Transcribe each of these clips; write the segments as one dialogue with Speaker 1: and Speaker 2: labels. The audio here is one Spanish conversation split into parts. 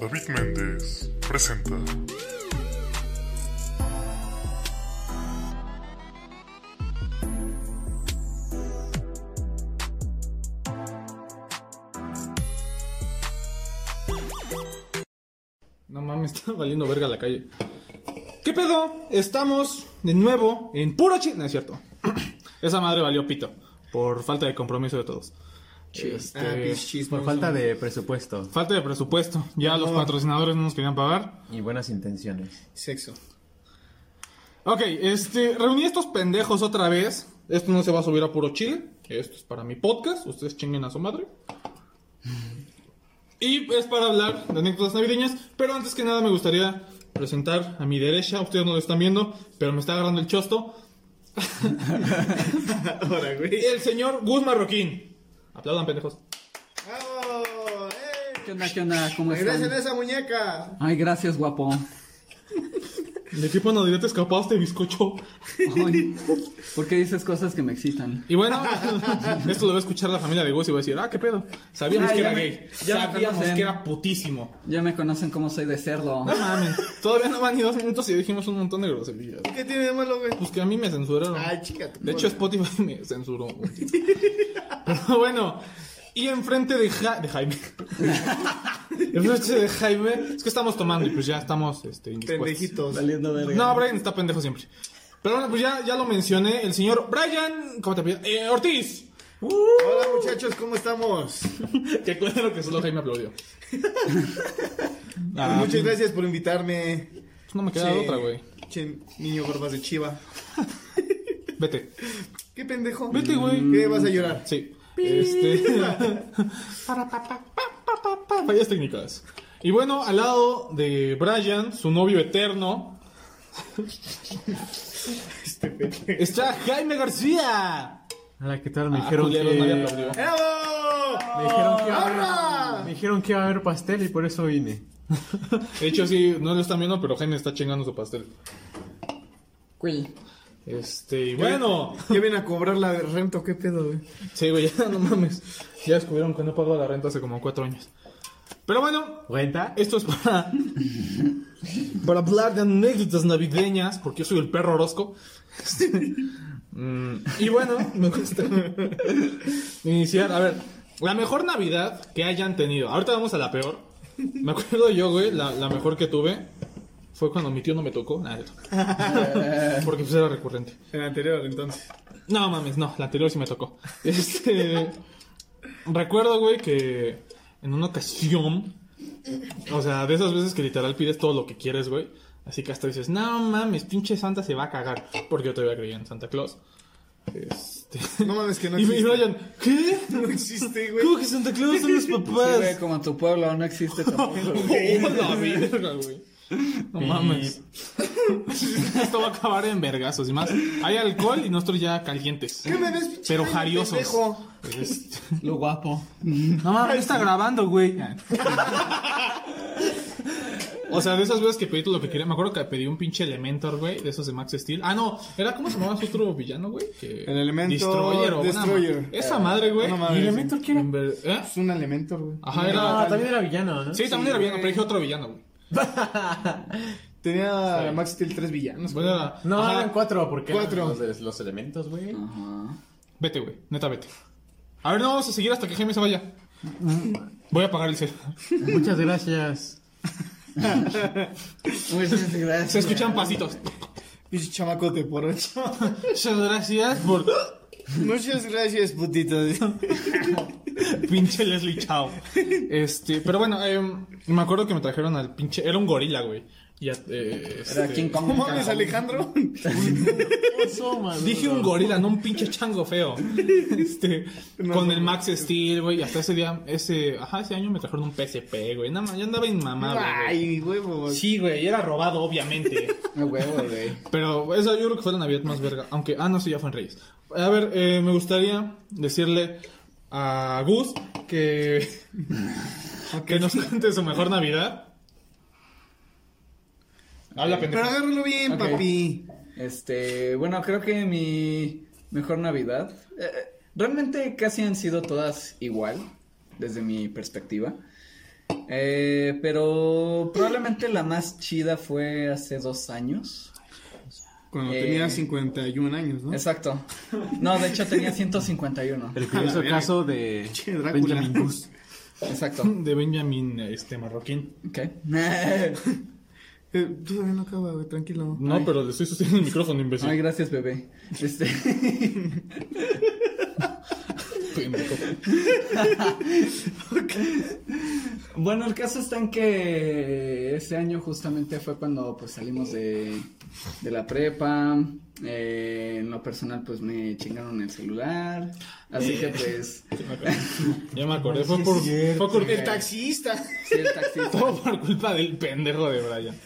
Speaker 1: David Méndez presenta.
Speaker 2: No mames, está valiendo verga la calle. ¿Qué pedo? Estamos de nuevo en puro chiste. No es cierto. Esa madre valió pito. Por falta de compromiso de todos. Este,
Speaker 3: Ah, pinches chismes.
Speaker 4: Por falta de presupuesto
Speaker 2: falta de presupuesto. Ya los patrocinadores no nos querían pagar.
Speaker 4: y buenas intenciones.
Speaker 3: Sexo.
Speaker 2: Ok, este, reuní a estos pendejos otra vez. Esto no se va a subir a puro chile. Esto es para mi podcast. Ustedes chinguen a su madre. Y es para hablar de anécdotas navideñas. Pero antes que nada me gustaría presentar a mi derecha. Ustedes no lo están viendo, pero me está agarrando el chosto.
Speaker 3: Ahora, güey.
Speaker 2: El señor Gus Marroquín. Aplaudan, pendejos.
Speaker 3: ¡Bravo! ¡Eh!
Speaker 5: ¿Qué onda, qué onda? ¿Cómo están?
Speaker 3: ¡Regresen esa muñeca!
Speaker 5: Ay, gracias, guapo.
Speaker 2: ¿De qué panadería te escapaste, bizcocho?
Speaker 5: Ay, ¿Por qué dices cosas que me excitan?
Speaker 2: Y bueno, esto lo va a escuchar la familia de Gus y va a decir, ah, qué pedo. Sabíamos
Speaker 5: Ah,
Speaker 2: que
Speaker 5: ya
Speaker 2: era
Speaker 5: me-
Speaker 2: gay.
Speaker 5: ya me
Speaker 2: Sabíamos
Speaker 5: conocen.
Speaker 2: que era putísimo.
Speaker 5: Ya me conocen cómo soy de cerdo.
Speaker 2: No mames. Todavía no van ni dos minutos y dijimos un montón de groserías.
Speaker 3: ¿Qué tiene de malo, güey?
Speaker 2: Pues que a mí me censuraron.
Speaker 3: Ay, chica, tu
Speaker 2: De hecho,
Speaker 3: madre.
Speaker 2: Spotify me censuró. Pero bueno, y enfrente de, Ja- de Jaime. enfrente de Jaime. Es que estamos tomando y pues ya estamos este, indispuestos.
Speaker 3: Pendejitos.
Speaker 5: Valiendo verga.
Speaker 2: No, Brian está pendejo siempre. Pero bueno, pues ya, ya lo mencioné. El señor Brian. ¿Cómo te pido? Eh, Ortiz.
Speaker 3: Hola, muchachos, ¿cómo estamos?
Speaker 2: Que cuente lo que solo Jaime aplaudió. Pues Ah,
Speaker 3: Pues Muchas gracias por invitarme.
Speaker 2: pues no me queda
Speaker 3: Che-
Speaker 2: otra, güey.
Speaker 3: Che, niño barbas de chiva.
Speaker 2: Vete.
Speaker 3: ¿Qué pendejo?
Speaker 2: Vete, güey.
Speaker 3: ¿Qué vas a llorar?
Speaker 2: Sí. Este. Para, pa, pa, pa, pa, pa, pa. Fallas técnicas. Y bueno, al lado de Brian, su novio eterno,
Speaker 3: Este pendejo.
Speaker 2: está Jaime García.
Speaker 4: A la que tal me
Speaker 2: Ah,
Speaker 4: dijeron que
Speaker 2: culeros, nadie aplaudió.
Speaker 3: ¡Bravo!
Speaker 4: me dijeron que iba a
Speaker 3: ¡Ahora!
Speaker 4: haber- me dijeron que iba a haber pastel y por eso vine.
Speaker 2: De hecho, sí, no lo están viendo, pero Jaime está chingando su pastel.
Speaker 5: Güey,
Speaker 2: Este, y bueno.
Speaker 3: Ya vienen a cobrar la renta, ¿qué pedo, güey?
Speaker 2: Sí, güey, ya no mames. Ya descubrieron que no pago la renta hace como cuatro años. Pero bueno,
Speaker 4: ¿Cuenta?
Speaker 2: esto es para. para hablar de anécdotas navideñas, porque yo soy el perro Orozco. Este, mm, y bueno, me gusta iniciar. A ver, la mejor Navidad que hayan tenido. Ahorita vamos a la peor. Me acuerdo yo, güey, la, la mejor que tuve fue cuando mi tío no me tocó. Nada, porque pues era recurrente.
Speaker 3: El anterior, entonces.
Speaker 2: No mames, no, la anterior sí me tocó. Este. recuerdo, güey, que en una ocasión. O sea, de esas veces que literal pides todo lo que quieres, güey. Así que hasta dices, no mames, pinche Santa se va a cagar. Porque yo todavía creía en Santa Claus. Este.
Speaker 3: No mames, que no
Speaker 2: y me
Speaker 3: existe.
Speaker 2: Brian, ¿qué?
Speaker 3: No existe, güey.
Speaker 2: ¿Cómo que Santa Claus son los
Speaker 5: sí, güey,
Speaker 2: papás?
Speaker 5: como tu pueblo no existe tampoco.
Speaker 2: Oh, la verga, güey. No mames. Esto va a acabar en vergazos y más. Hay alcohol y nosotros ya calientes.
Speaker 3: ¿Qué me ves, pinche
Speaker 2: Pero
Speaker 3: Jaime,
Speaker 2: jariosos.
Speaker 3: pendejo?
Speaker 2: Este,
Speaker 5: Lo guapo.
Speaker 2: No mames, está grabando, güey. O sea, de esas veces que pedí todo lo que quería. Me acuerdo que pedí un pinche Elementor, güey, de esos de Max Steel. Ah, no, era como se llamaba su otro villano, güey. Que-
Speaker 3: El Elementor,
Speaker 2: o una
Speaker 3: Destroyer.
Speaker 2: ma- Esa madre, güey.
Speaker 3: Una madre,
Speaker 2: ¿Y
Speaker 3: sí.
Speaker 2: qué era? ¿Eh?
Speaker 3: Es un elemento, güey.
Speaker 2: Ajá,
Speaker 4: Ah,
Speaker 2: era.
Speaker 4: también era villano, ¿no?
Speaker 2: Sí, también era villano, pero dije otro villano, güey.
Speaker 3: Tenía Max Steel tres villanos.
Speaker 2: Bueno, era-
Speaker 4: No,
Speaker 2: Ajá.
Speaker 4: eran cuatro, porque eran
Speaker 3: Cuatro.
Speaker 4: Los, de- los elementos, güey.
Speaker 5: Ajá.
Speaker 2: Vete, güey, neta, vete. A ver, no vamos a seguir hasta que Jaime se vaya. Voy a apagar el celular.
Speaker 4: Muchas gracias.
Speaker 5: Muchas gracias.
Speaker 2: Se escuchan pasitos.
Speaker 3: Pinche chamacote por ocho.
Speaker 2: Muchas gracias por.
Speaker 3: Muchas gracias, putito.
Speaker 2: Pinche Leslie Chao. Este, pero bueno, em, me acuerdo que me trajeron al pinche. Era un gorila, güey. Y a- eh,
Speaker 5: Era
Speaker 2: este,
Speaker 5: King Kong.
Speaker 3: ¿Cómo mames, Alejandro?
Speaker 2: Dije un gorila, no un pinche chango feo. Este,
Speaker 3: No,
Speaker 2: con
Speaker 3: no,
Speaker 2: el Max Steel, güey. Y hasta ese día, ese, ajá, ese año me trajeron un PSP, güey. Nada más, yo andaba inmamable. güey.
Speaker 3: Ay, huevo.
Speaker 2: Sí, güey, era robado, obviamente.
Speaker 5: Me huevo, güey.
Speaker 2: Pero esa yo creo que fue la Navidad más verga. Aunque, ah, no, sí, ya fue en Reyes. A ver, eh, me gustaría decirle a Gus que, que nos cuente su mejor Navidad. Habla,
Speaker 3: Pero
Speaker 2: pendejo.
Speaker 3: agárralo bien,
Speaker 5: Ok.
Speaker 3: papi.
Speaker 5: Este, bueno, creo que mi mejor Navidad. eh, realmente casi han sido todas igual, desde mi perspectiva. Eh, pero probablemente la más chida fue hace dos años.
Speaker 3: Cuando
Speaker 5: Eh.
Speaker 3: tenía 51 años, ¿no?
Speaker 5: Exacto. No, de hecho tenía 151.
Speaker 4: El curioso
Speaker 3: A la
Speaker 4: caso de
Speaker 3: Che, Drácula.
Speaker 4: Benjamin Cruz.
Speaker 5: Exacto.
Speaker 2: De Benjamin este, Marroquín.
Speaker 5: ¿Qué?
Speaker 3: Eh, tú todavía no acaba, güey, tranquilo.
Speaker 2: No, pero le estoy sosteniendo el micrófono, imbécil.
Speaker 5: Ay, gracias, bebé. Este,
Speaker 2: Pendejo.
Speaker 5: bueno, el caso está en que ese año justamente fue cuando pues salimos de, de la prepa. Eh, en lo personal, pues me chingaron el celular. Así que pues.
Speaker 2: Ya me acordé, fue por, fue por-
Speaker 3: El taxista.
Speaker 5: Sí, el taxista.
Speaker 2: Todo por culpa del pendejo de Brian.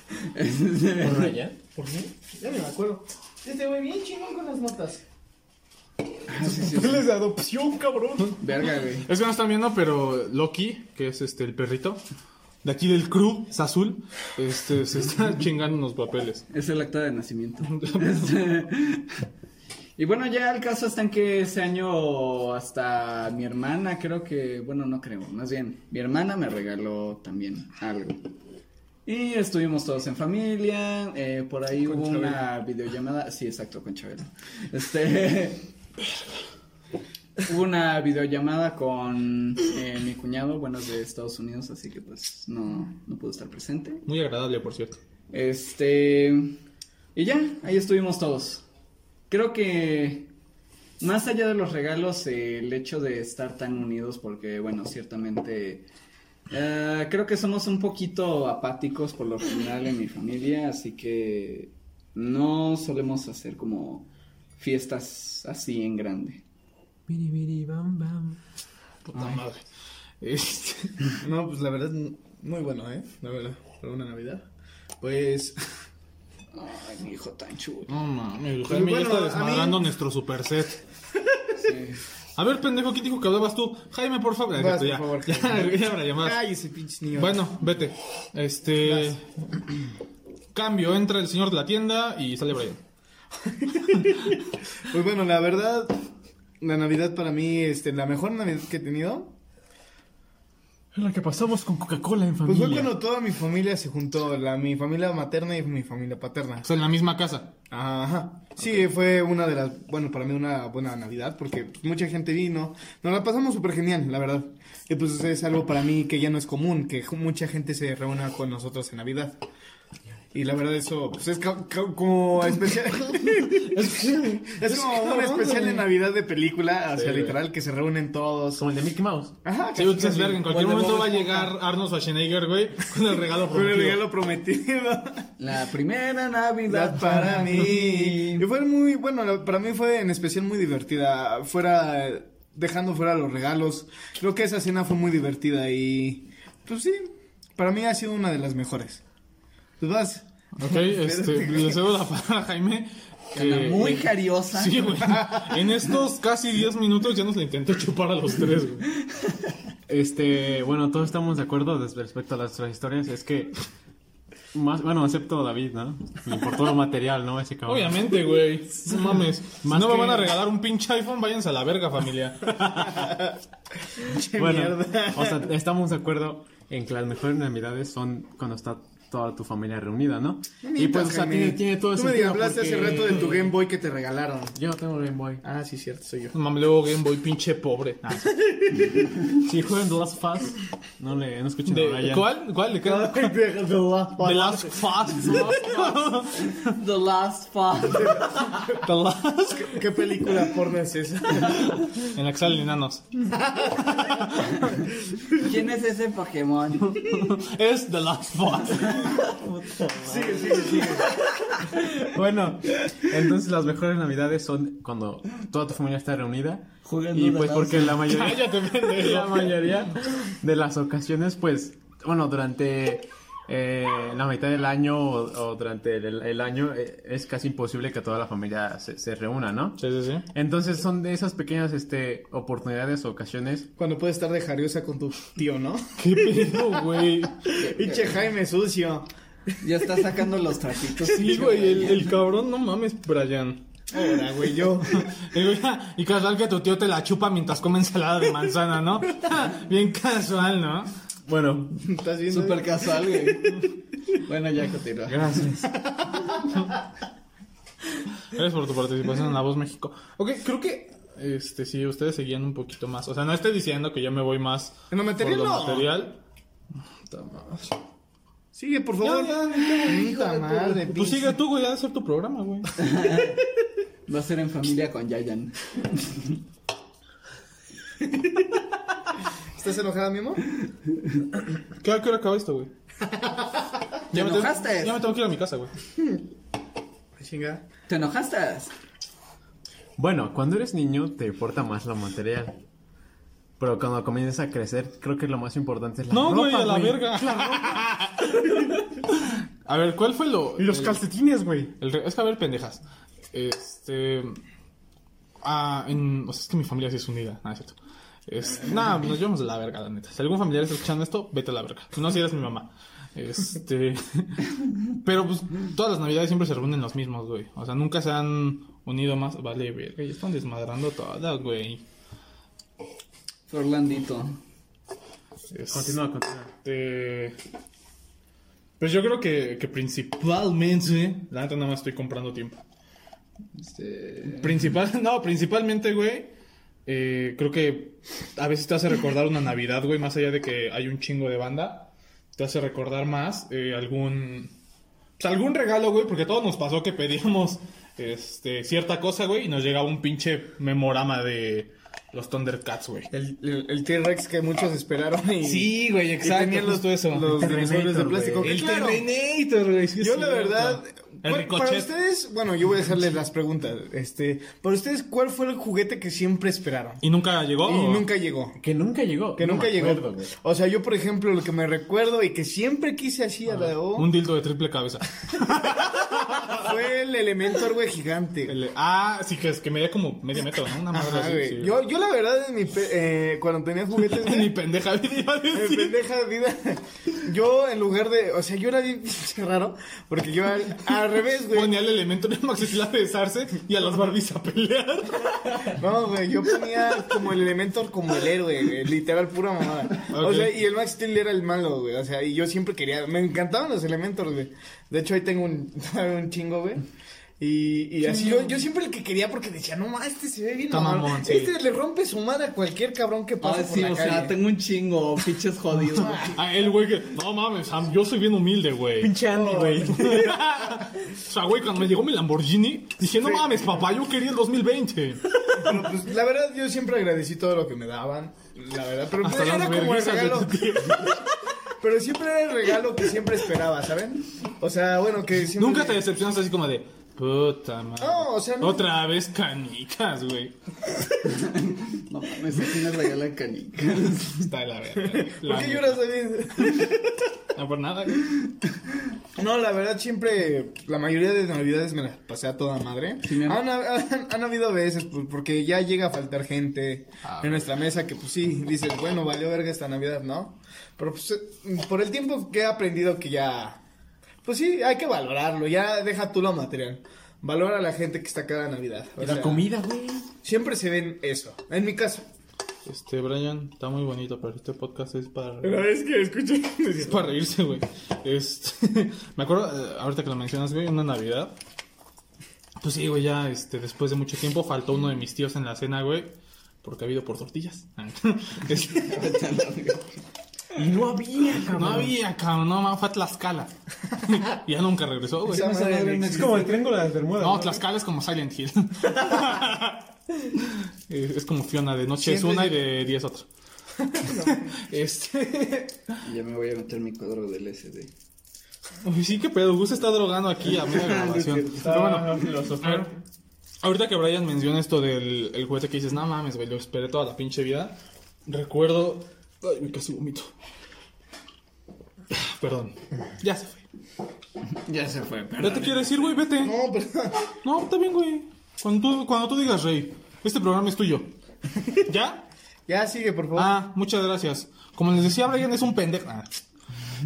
Speaker 4: ¿Por allá?
Speaker 3: ¿Por qué? Ya ni me acuerdo. Este güey bien chingón con las notas.
Speaker 5: Ah, sí, sí, sí.
Speaker 3: Papeles de adopción, cabrón.
Speaker 5: Verga, güey.
Speaker 2: Es que no están viendo, pero Loki, que es este el perrito, de aquí del crew, es azul, este, se está chingando unos papeles.
Speaker 5: Es el acta de nacimiento. Este, y bueno, ya el caso está en que ese año hasta mi hermana, creo que, bueno, no creo, más bien, mi hermana me regaló también algo. Y estuvimos todos en familia, eh, por ahí hubo una videollamada, sí, exacto, con Chabelo. Este, hubo una videollamada con eh, mi cuñado, bueno, es de Estados Unidos, así que pues no, no pudo estar presente.
Speaker 2: Muy agradable, por cierto.
Speaker 5: Este. Y ya, ahí estuvimos todos. Creo que. Más allá de los regalos, eh, el hecho de estar tan unidos, porque, bueno, ciertamente. eh, creo que somos un poquito apáticos por lo general en mi familia, así que. No solemos hacer como fiestas así en grande.
Speaker 2: Puta madre. Este,
Speaker 3: No, pues la verdad, muy bueno, ¿eh? La verdad, para una Navidad. Pues,
Speaker 5: Ay, mi hijo tan chulo.
Speaker 2: no mames,
Speaker 3: Pues
Speaker 2: Jaime ya
Speaker 3: bueno,
Speaker 2: está
Speaker 3: a
Speaker 2: desmadrando nuestro super set.
Speaker 5: Sí.
Speaker 2: A ver, pendejo, ¿quién dijo que hablabas tú? Jaime, por favor.
Speaker 3: Vas,
Speaker 2: ya,
Speaker 3: por favor,
Speaker 2: ya,
Speaker 3: Jaime.
Speaker 2: ya, Brian, vas.
Speaker 3: ay, ese pinche niño.
Speaker 2: Bueno, vete. Este.
Speaker 3: Vas.
Speaker 2: Cambio, entra el señor de la tienda y sale Brian.
Speaker 3: Pues bueno, la verdad, la Navidad para mí, este, la mejor Navidad que he tenido,
Speaker 4: La que pasamos con Coca-Cola en
Speaker 3: pues
Speaker 4: familia.
Speaker 3: fue cuando toda mi familia se juntó, la, mi familia materna y mi familia paterna.
Speaker 2: O sea, en la misma casa.
Speaker 3: Ajá. Sí, fue una de las, bueno, para mí una buena Navidad, porque pues, mucha gente vino, nos la pasamos súper genial, la verdad. Y pues es algo para mí que ya no es común, que ju- mucha gente se reúna con nosotros en Navidad. Y la verdad eso, pues es ca- ca- como especial... Es como un especial de Navidad de película, o sea,
Speaker 2: güey.
Speaker 3: literal, que se reúnen todos.
Speaker 4: Como el de Mickey Mouse.
Speaker 3: Ajá,
Speaker 2: Sí,
Speaker 3: casi,
Speaker 2: ustedes
Speaker 3: casi.
Speaker 2: verga, en cualquier
Speaker 3: Bueno,
Speaker 2: momento
Speaker 3: Bob
Speaker 2: va a
Speaker 3: Esponja.
Speaker 2: llegar Arnold Schwarzenegger, güey, con el regalo
Speaker 3: Con
Speaker 2: prometido.
Speaker 3: el regalo prometido.
Speaker 5: La primera
Speaker 3: Navidad
Speaker 5: Navidad
Speaker 3: para mí. Y fue muy, bueno, la- para mí fue en especial muy divertida. Fuera, eh, dejando fuera los regalos. Creo que esa cena fue muy divertida y, pues sí, para mí ha sido una de las mejores. Pues vas.
Speaker 2: Ok, este, le cedo la palabra a Jaime.
Speaker 5: Ana
Speaker 2: que-
Speaker 5: muy jariosa.
Speaker 2: Sí, güey. En estos casi 10 minutos ya nos le intenté chupar a los tres, güey.
Speaker 4: Este, bueno, todos estamos de acuerdo des- respecto a las otras historias. Es que, más, bueno, excepto David, ¿no? Le importó lo material, ¿no? Ese cabrón.
Speaker 2: Obviamente, güey. No mames. Si
Speaker 4: Más
Speaker 2: no
Speaker 4: que-
Speaker 2: me van a regalar un pinche iPhone, váyanse a la verga, familia.
Speaker 3: Che,
Speaker 4: Bueno,
Speaker 3: mierda.
Speaker 4: o sea, estamos de acuerdo en que las mejores navidades son cuando está toda tu familia reunida, ¿no? Y pues, o sea,
Speaker 3: Jaime,
Speaker 4: tiene, tiene todo
Speaker 3: Tú
Speaker 4: ese
Speaker 3: me hablaste hace rato de tu Game Boy que te regalaron.
Speaker 4: Yo no tengo Game Boy.
Speaker 3: Ah, sí, cierto, soy yo.
Speaker 2: Mam, luego Game Boy, pinche pobre.
Speaker 4: Si juegan The Last of Us, no le, no escuchen a
Speaker 2: De-
Speaker 4: Brian.
Speaker 2: ¿Cuál? ¿Cuál? ¿De qué? The Last Fast.
Speaker 5: The Last Father.
Speaker 2: The Last.
Speaker 3: ¿Qué película porno es esa?
Speaker 2: En la que salen enanos.
Speaker 5: ¿Quién es ese Pokémon?
Speaker 2: Es The Last Fast.
Speaker 3: Sigue, sigue, sigue.
Speaker 4: Bueno, entonces las mejores navidades son cuando toda tu familia está reunida.
Speaker 5: Jugando
Speaker 4: Y
Speaker 5: The
Speaker 4: pues
Speaker 5: Last
Speaker 4: porque la mayoría...
Speaker 2: Cállate,
Speaker 4: En la
Speaker 2: pendejo.
Speaker 4: mayoría de las ocasiones, pues, bueno, durante eh, la mitad del año o, o durante el, el año eh, es casi imposible que toda la familia se, se reúna, ¿no?
Speaker 2: Sí, sí, sí.
Speaker 4: Entonces son de esas pequeñas este, oportunidades o ocasiones.
Speaker 3: Cuando puedes estar de jariosa con tu tío, ¿no?
Speaker 2: Qué pedo, güey.
Speaker 3: Pinche Jaime sucio.
Speaker 5: Ya está sacando los trapitos.
Speaker 2: Sí, güey, el, el cabrón, no mames, Brian.
Speaker 3: Ahora, güey, yo.
Speaker 2: Y, güey, y casual que tu tío te la chupa mientras come ensalada de manzana, ¿no? Bien casual, ¿no?
Speaker 4: Bueno,
Speaker 3: ¿Estás viendo?
Speaker 5: Súper casual, güey. bueno, ya continúa.
Speaker 4: gracias.
Speaker 2: Gracias por tu participación en La Voz México. Ok, creo que este sí, ustedes seguían un poquito más. O sea, no estoy diciendo que yo me voy más
Speaker 3: En lo material,
Speaker 2: por lo
Speaker 3: no.
Speaker 2: material.
Speaker 3: Sigue, por
Speaker 2: Ya,
Speaker 3: favor.
Speaker 2: ya, ya,
Speaker 3: Puta
Speaker 2: hijo de
Speaker 3: madre,
Speaker 2: tu- Pues
Speaker 3: pinche.
Speaker 2: sigue tú, güey, ha de ser tu programa, güey.
Speaker 5: Va a ser en familia con Yayan.
Speaker 3: ¿Estás enojada, mi amor?
Speaker 2: ¿Qué, ¿A qué hora acaba esto, güey?
Speaker 5: ¿Te
Speaker 2: Ya me tengo-
Speaker 5: enojaste?
Speaker 2: Ya me tengo que ir a mi casa, güey.
Speaker 3: Ay, Chinga.
Speaker 5: ¿Te enojaste?
Speaker 4: Bueno, cuando eres niño te importa más lo material. Pero cuando comienzas a crecer, creo que lo más importante es la
Speaker 2: No,
Speaker 4: ropa,
Speaker 2: güey, a la verga. a ver, ¿cuál fue lo.
Speaker 3: Eh,
Speaker 2: el-
Speaker 3: calcetines, güey.
Speaker 2: el re- es que a ver, pendejas. Este. Ah, en, o sea, es que mi familia sí es unida. Ah, es cierto. Es, nah, nos llevamos de la verga, la neta. Si algún familiar está escuchando esto, vete a la verga. Si no, si eres mi mamá. Este. Pero pues todas las navidades siempre se reúnen los mismos, güey. O sea, nunca se han unido más. Vale, verga, ya están desmadrando todas, güey.
Speaker 5: Orlandito.
Speaker 2: Es-
Speaker 4: Continúa, continúa.
Speaker 2: Este, Pues yo creo que, que principalmente. La neta nada más estoy comprando tiempo.
Speaker 5: Este...
Speaker 2: Principal, no, principalmente, güey. eh, creo que a veces te hace recordar una Navidad, güey. Más allá de que hay un chingo de banda. Te hace recordar más eh, algún. Pues algún regalo, güey. Porque a todos nos pasó que pedíamos este, cierta cosa, güey. Y nos llegaba un pinche memorama de los Thundercats, güey.
Speaker 3: El, el, el T-Rex que muchos esperaron y...
Speaker 2: Sí, güey,
Speaker 3: exacto,
Speaker 2: exacto. justo eso.
Speaker 3: Los dinosaurios de
Speaker 4: Terminator,
Speaker 3: plástico.
Speaker 4: güey.
Speaker 3: que
Speaker 2: El
Speaker 3: claro,
Speaker 2: Terminator, güey. sí es
Speaker 3: Yo la
Speaker 2: cierto.
Speaker 3: verdad...
Speaker 2: El
Speaker 3: ¿cuál- para
Speaker 2: ricochet.
Speaker 3: ustedes, bueno, yo voy a hacerles las preguntas. Este, para ustedes, ¿cuál fue el juguete que siempre esperaron?
Speaker 2: ¿Y nunca llegó?
Speaker 3: Y nunca llegó.
Speaker 4: Que nunca llegó.
Speaker 3: Que
Speaker 4: No
Speaker 3: nunca
Speaker 4: me
Speaker 3: llegó.
Speaker 4: acuerdo, güey.
Speaker 3: o sea, yo, por ejemplo, lo que me recuerdo y que siempre quise así a la de O
Speaker 2: Un dildo de triple cabeza.
Speaker 3: fue el Elementor, güey, gigante. güey.
Speaker 2: El- ah, sí, que es que medía como medio metro, ¿no? Una madre
Speaker 3: Ajá,
Speaker 2: así.
Speaker 3: güey.
Speaker 2: sí.
Speaker 3: Yo, yo, la verdad, en mi pe- eh, cuando tenía juguetes, güey,
Speaker 2: Ni pendeja vida iba a
Speaker 3: en
Speaker 2: decir.
Speaker 3: pendeja vida, yo en lugar de, o sea, yo era bien pinche raro, porque yo al, al revés, güey.
Speaker 2: Ponía el elemento de Maxis a besarse y a las Barbies a pelear.
Speaker 3: No, güey, yo ponía como el Elementor como el héroe, güey, literal, pura mamada. O
Speaker 2: Ok.
Speaker 3: sea, y el Max Steel era el malo, güey, o sea, y yo siempre quería, me encantaban los Elementors, güey. De hecho, ahí tengo un, un chingo, güey. Y, y así yo, yo siempre el que quería porque decía, no, ma, este se ve bien
Speaker 2: Está
Speaker 3: mamón.
Speaker 2: mamón, sí.
Speaker 3: Este le rompe su madre a cualquier cabrón que pasa
Speaker 5: Ah,
Speaker 3: por
Speaker 5: sí,
Speaker 3: la
Speaker 5: o
Speaker 3: calle.
Speaker 5: sea, tengo un chingo, pinches jodidos. güey.
Speaker 2: Ah, el güey que. No mames, Sam, yo soy bien humilde, güey.
Speaker 4: Pinche Andy, güey.
Speaker 2: o sea, güey, cuando me llegó mi Lamborghini, dije, no mames, papá, yo quería el 2020.
Speaker 3: Pero, pues, la verdad, yo siempre agradecí todo lo que me daban. La verdad, pero
Speaker 2: Hasta
Speaker 3: pues, era
Speaker 2: las
Speaker 3: como el
Speaker 2: vergüenzas de
Speaker 3: regalo.
Speaker 2: tu tío.
Speaker 3: Pero siempre era el regalo que siempre esperaba, ¿saben? O sea, bueno, que siempre.
Speaker 2: Nunca te decepcionas así como de. Puta madre.
Speaker 3: No, o sea, no-
Speaker 2: Otra vez canicas, güey.
Speaker 5: No mames, aquí me regalan canicas.
Speaker 2: Está de la verga.
Speaker 3: ¿Por
Speaker 2: La
Speaker 3: qué
Speaker 2: neta.
Speaker 3: lloras, David?
Speaker 2: No, por nada, güey.
Speaker 3: No, la verdad, siempre. La mayoría de navidades me las pasé a toda madre.
Speaker 5: Sí, mi
Speaker 3: han,
Speaker 5: amor.
Speaker 3: han- han habido veces, pues, porque ya llega a faltar gente en nuestra mesa que, pues sí, dices, bueno, valió verga esta navidad, ¿no? Pero, pues, eh, por el tiempo que he aprendido que ya. Pues sí, hay que valorarlo. Ya deja tú lo material. Valora a la gente que está cada navidad. O
Speaker 4: La
Speaker 3: sea,
Speaker 4: comida, güey.
Speaker 3: Siempre se ven eso. En mi caso.
Speaker 2: Este, Brian, está muy bonito, pero este podcast es para,
Speaker 3: es que escuché.
Speaker 2: es para reírse, güey. Este, me acuerdo, eh, ahorita que lo mencionas, güey, una Navidad. Pues sí, güey, ya este, después de mucho tiempo faltó uno de mis tíos en la cena, güey. Porque ha habido por tortillas. Es-
Speaker 4: Y no había, cabrón.
Speaker 2: no había, cabrón, no, fue a Tlaxcala. ya nunca regresó, güey.
Speaker 3: Esa madre no
Speaker 4: Es como el triángulo de las Bermudas.
Speaker 2: No, Tlaxcala es como Silent Hill. Eh, es como Fiona, de noche es
Speaker 3: Siempre
Speaker 2: una y
Speaker 3: yo-
Speaker 2: de día es otra. este.
Speaker 5: Ya me voy a meter mi cuadro del SD.
Speaker 2: Uy, sí, qué pedo. Gus está drogando aquí a media grabación. Pero bueno, a ver, ahorita que Brian menciona esto del el juguete que dices, no mames, güey, lo esperé toda la pinche vida. Recuerdo. Ay, me casi vomito. Perdón. Ya se fue.
Speaker 5: Ya se fue,
Speaker 2: ¿Ya te quieres ir, güey? Vete.
Speaker 3: No, pero.
Speaker 2: No, está bien, güey. Cuando tú, cuando tú digas, Rey, este programa es tuyo. ¿Ya?
Speaker 3: Ya sigue, por favor.
Speaker 2: Ah, muchas gracias. Como les decía, Brian es un pendejo. Ah.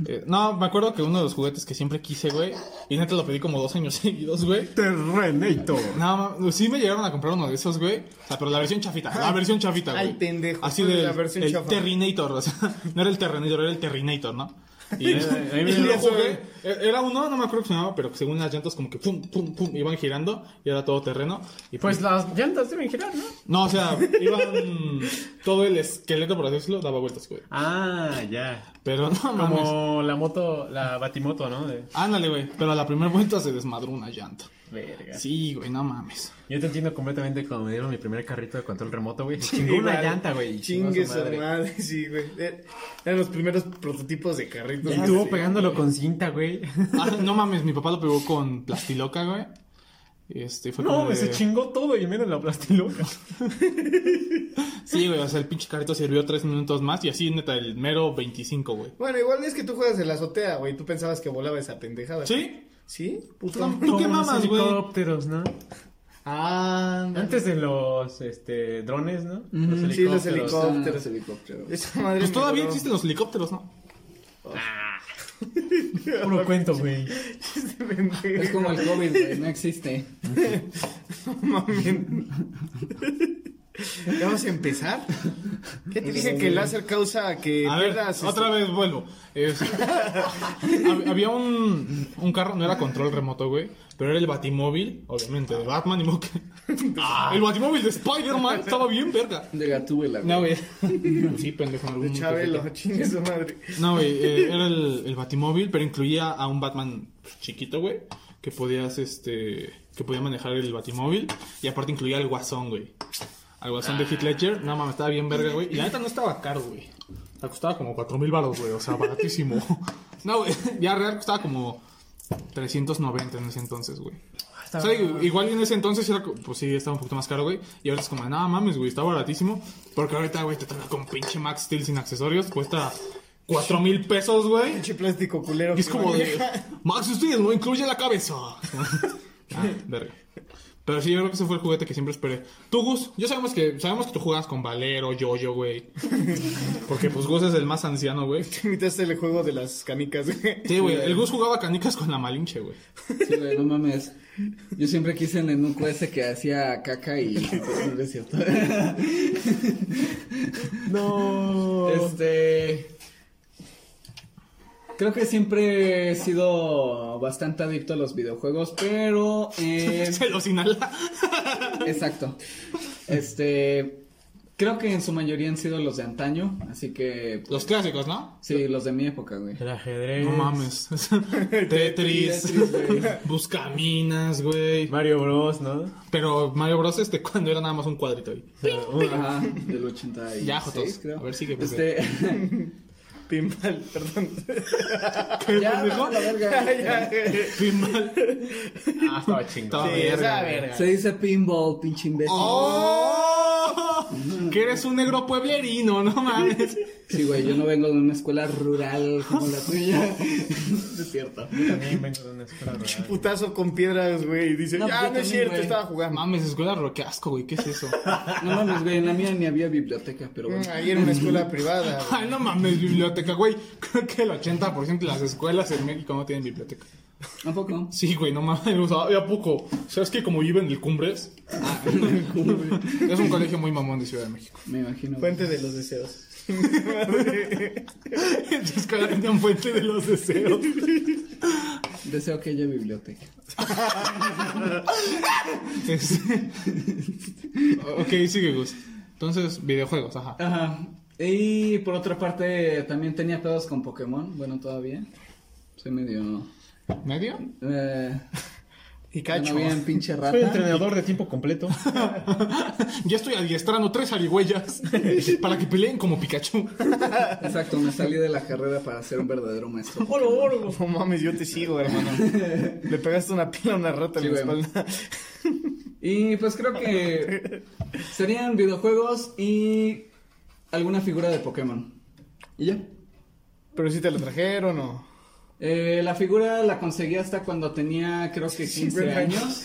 Speaker 2: Eh, no, me acuerdo que uno de los juguetes que siempre quise, güey, y neta lo pedí como dos años seguidos, güey.
Speaker 4: Este Terrenator.
Speaker 2: No, ma- sí me llegaron a comprar uno de esos, güey. O sea, pero la versión chafita, la versión chafita, güey.
Speaker 3: Ay, pendejo,
Speaker 2: Así
Speaker 3: ¿cuál es
Speaker 2: de
Speaker 3: la versión
Speaker 2: el
Speaker 3: chafa?
Speaker 2: Terrinator, o sea, no era el Terrenator, era el Terrinator, ¿no? Y,
Speaker 4: Y- ahí me
Speaker 2: y lo
Speaker 4: dio-
Speaker 2: jugué. Eh, Era uno, no me acuerdo que se llamaba, pero que según las llantas como que pum, pum, pum, iban girando y era todo terreno. Y
Speaker 4: Pues las llantas deben girar, ¿no?
Speaker 2: No, o sea, iban todo el esqueleto, por así decirlo, daba vueltas, güey.
Speaker 4: Ah, ya.
Speaker 2: Pero no, mames.
Speaker 4: Como la moto, la batimoto, ¿no? De...
Speaker 2: Ándale, güey. Pero a la primera vuelta se desmadró una llanta.
Speaker 4: Verga.
Speaker 2: Sí, güey, no mames.
Speaker 4: Yo te entiendo completamente cuando me dieron mi primer carrito de control remoto, güey.
Speaker 3: Sí,
Speaker 4: Chingó una
Speaker 3: vale.
Speaker 4: llanta, güey.
Speaker 3: Chingue
Speaker 4: Chingó
Speaker 3: su
Speaker 4: a su
Speaker 3: madre. sí, güey. Er- Eran los primeros prototipos de carritos.
Speaker 4: Y estuvo
Speaker 3: Sí.
Speaker 4: pegándolo con cinta, güey.
Speaker 2: Ah, no mames, mi papá lo pegó con plastiloca, güey. Este, fue
Speaker 4: No,
Speaker 2: como
Speaker 4: güey,
Speaker 2: de-
Speaker 4: se chingó todo y menos la plastiloca.
Speaker 2: Sí, güey, o sea, el pinche carrito sirvió tres minutos más y así, neta, el mero 25, güey.
Speaker 3: Bueno, igual es que tú juegas en la azotea, güey. Tú pensabas que volaba esa pendejada.
Speaker 2: ¿Sí?
Speaker 3: ¿Sí? Puto.
Speaker 2: No, ¿Tú qué
Speaker 4: Como los
Speaker 2: mamas, güey?
Speaker 4: helicópteros, ¿no?
Speaker 3: Ah, no.
Speaker 4: Antes de los este, drones, ¿no?
Speaker 5: Ujú,
Speaker 3: sí, los helicópteros.
Speaker 5: Helicópteros, helicópteros.
Speaker 3: Esa madre
Speaker 2: Pues
Speaker 3: me
Speaker 2: todavía
Speaker 3: duró.
Speaker 2: existen los helicópteros, ¿no?
Speaker 4: Puro cuento, güey.
Speaker 3: Este pendejo.
Speaker 5: Es como el COVID, güey, no existe.
Speaker 3: Mamen. ¿Ya vamos a empezar? ¿Qué te dije que el láser causa que
Speaker 2: A ver,
Speaker 3: pierdas,
Speaker 2: otra
Speaker 3: este,
Speaker 2: vez vuelvo. Es- Hab- había un, un carro, no era control remoto, güey, pero era el batimóvil, obviamente, de Batman y Moque.
Speaker 3: Ah.
Speaker 2: el batimóvil de Spider-Man estaba bien verga.
Speaker 5: De Gatúbela,
Speaker 2: No, güey. Sí, pendejo. en algún momento.
Speaker 3: De este, Chabelo, chingue su madre.
Speaker 2: No, güey, eh, era el, el batimóvil, pero incluía a un Batman chiquito, güey, que podías, este, que podía manejar el batimóvil, y aparte incluía al guasón, güey. Al guasón de Heath Ledger, no mames, estaba bien verga, güey, y la neta no estaba caro, güey. O sea, costaba como cuatro mil baros, güey, o sea, baratísimo. No, güey, ya real costaba como 390 en ese entonces, güey. O sea, igual en ese entonces era, co- pues sí, estaba un poquito más caro, güey. Y ahora es como, no mames, güey, está baratísimo. Porque ahorita, güey, te toca con pinche Max Steel sin accesorios. Cuesta cuatro mil pesos, güey.
Speaker 3: Pinche plástico culero.
Speaker 2: Y es
Speaker 3: que
Speaker 2: como de,
Speaker 3: maneja.
Speaker 2: Max Steel no incluye la cabeza. ah, verga. Pero sí, yo creo que ese fue el juguete que siempre esperé. Tú, Gus, yo sabemos que, sabemos que tú jugabas con Valero, Yo-Yo, güey. Porque, pues, Gus es el más anciano, güey.
Speaker 3: Imitaste el juego de las canicas, güey.
Speaker 2: Sí, güey, el Gus jugaba canicas con la Malinche, güey.
Speaker 5: Sí, güey, no mames. Yo siempre quise en el nuco ese que hacía caca y. No es cierto.
Speaker 4: No.
Speaker 5: Este. Creo que siempre he sido bastante adicto a los videojuegos, pero. eh,
Speaker 2: Se los inhala.
Speaker 5: exacto. Este. Creo que en su mayoría han sido los de antaño, así que.
Speaker 2: Los clásicos, ¿no?
Speaker 5: Sí, los de mi época, güey.
Speaker 4: El ajedrez.
Speaker 2: No mames. Tetris.
Speaker 5: Tetris, güey.
Speaker 2: Buscaminas, güey.
Speaker 4: Mario Bros, ¿no?
Speaker 2: Pero Mario Bros. este cuando era nada más un cuadrito ahí.
Speaker 5: Ajá, del 86,
Speaker 2: Ya, Jotos.
Speaker 5: creo.
Speaker 2: A ver, sigue, por favor.
Speaker 5: Este.
Speaker 3: Pinball, perdón.
Speaker 5: ya, no, la verga.
Speaker 3: Ya, güey.
Speaker 2: Bien mal.
Speaker 4: Ah, estaba
Speaker 2: Estaba
Speaker 4: chingado.
Speaker 3: Sí,
Speaker 2: verga,
Speaker 3: esa
Speaker 2: güey.
Speaker 3: verga.
Speaker 5: Se dice pinball, pinche imbécil.
Speaker 2: ¡Oh! Que eres un negro pueblerino, no mames.
Speaker 5: Sí, güey, yo no vengo de una escuela rural como la tuya. es cierto.
Speaker 4: También vengo de una escuela rural.
Speaker 3: Putazo con piedras, güey. Y dice,
Speaker 5: No,
Speaker 3: ya,
Speaker 5: yo
Speaker 3: no es
Speaker 5: también,
Speaker 3: cierto,
Speaker 5: güey.
Speaker 3: estaba jugando.
Speaker 2: Mames, escuela ro- qué asco, güey, ¿qué es eso?
Speaker 5: No mames, güey, en la mía ni había biblioteca, pero bueno.
Speaker 3: Mm, Ahí era una escuela privada. güey.
Speaker 2: Ay, no mames, biblioteca, güey. Creo que el 80% de las escuelas en México no tienen biblioteca.
Speaker 5: Tampoco.
Speaker 2: Sí, güey, no mames, o sea, ¿a poco? ¿Sabes que como viven en el Cumbres? es un colegio muy mamón de Ciudad de México.
Speaker 5: Me imagino. güey.
Speaker 3: Fuente de los deseos.
Speaker 2: En su escuela tenían fuente de los deseos.
Speaker 5: Deseo que haya biblioteca.
Speaker 2: Es- ok, sigue, Gus. Entonces, videojuegos, ajá.
Speaker 5: Ajá. Y por otra parte, también tenía pedos con Pokémon. Bueno, todavía. Soy medio.
Speaker 2: ¿Medio?
Speaker 5: Eh,
Speaker 3: Y
Speaker 5: ya
Speaker 3: cacho.
Speaker 5: no bien pinche
Speaker 4: Soy
Speaker 5: rata.
Speaker 4: entrenador de tiempo completo.
Speaker 2: Ya estoy adiestrando tres arigüeyas para que peleen como Pikachu.
Speaker 5: Exacto, me salí de la carrera para ser un verdadero maestro.
Speaker 3: Oro, oro. No mames, yo te sigo, hermano. Le pegaste una pila a una rata
Speaker 5: Sí,
Speaker 3: en la
Speaker 5: güey.
Speaker 3: espalda.
Speaker 5: Y pues creo que serían videojuegos y alguna figura de Pokémon. Y ya.
Speaker 3: Pero si te lo trajeron o.
Speaker 5: Eh, la figura la conseguí hasta cuando tenía creo que 15
Speaker 3: güey.
Speaker 5: años.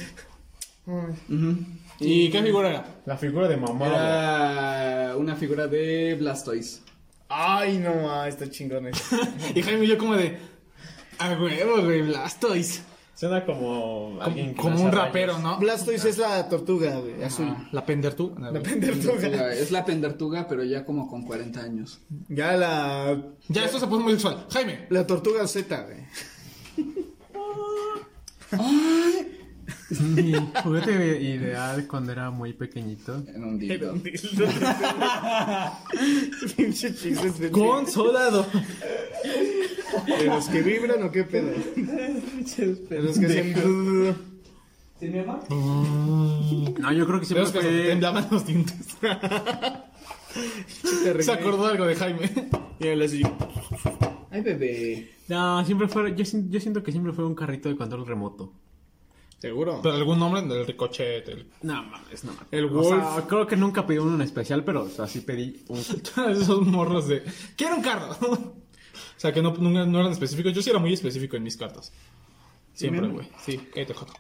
Speaker 5: Ujú.
Speaker 2: ¿Y qué figura era?
Speaker 4: La figura de mamá.
Speaker 5: Era una figura de Blastoise.
Speaker 3: Ay, no, ma, está chingón eso.
Speaker 2: Y Jaime y yo como de... A huevo, güey, Blastoise.
Speaker 4: Suena como. alguien
Speaker 2: Como,
Speaker 4: que
Speaker 2: como
Speaker 4: lanza
Speaker 2: un
Speaker 4: rayos.
Speaker 2: rapero, ¿no?
Speaker 3: Blastoise es la tortuga, güey, azul.
Speaker 2: La pendertú.
Speaker 3: La pendertuga.
Speaker 5: Es la pendertuga, pero ya como con 40 años.
Speaker 3: Ya la.
Speaker 2: Ya, esto se puso muy sexual. Jaime.
Speaker 3: La tortuga Z, güey.
Speaker 4: Mi juguete ideal cuando era muy pequeñito.
Speaker 5: En un dildo.
Speaker 3: Pinche chistes de-
Speaker 2: Consolado.
Speaker 3: ¿De los que vibran o qué pedo? De los que hacen.
Speaker 5: ¿Sí, mi amor?
Speaker 4: No, yo creo que siempre
Speaker 2: Vemos que se te
Speaker 4: Pues fue.
Speaker 2: temblaban los dientes. Se acordó algo de Jaime.
Speaker 3: Y él así.
Speaker 5: Ay, bebé.
Speaker 4: No, siempre fue. Yo, sin- yo siento que siempre fue un carrito de control remoto.
Speaker 3: Seguro.
Speaker 2: Pero algún nombre del ricochete. el-
Speaker 4: No mames, no mames.
Speaker 2: El
Speaker 4: O
Speaker 2: Wolf.
Speaker 4: sea, creo que nunca pedí uno en especial, pero o sea, sí pedí un.
Speaker 2: Esos morros de... Quiero un carro. o sea, que no, nunca- no eran específicos. Yo sí era muy específico en mis cartas. Siempre,
Speaker 3: ¿Meme?
Speaker 2: güey. Sí, cállate, Joto.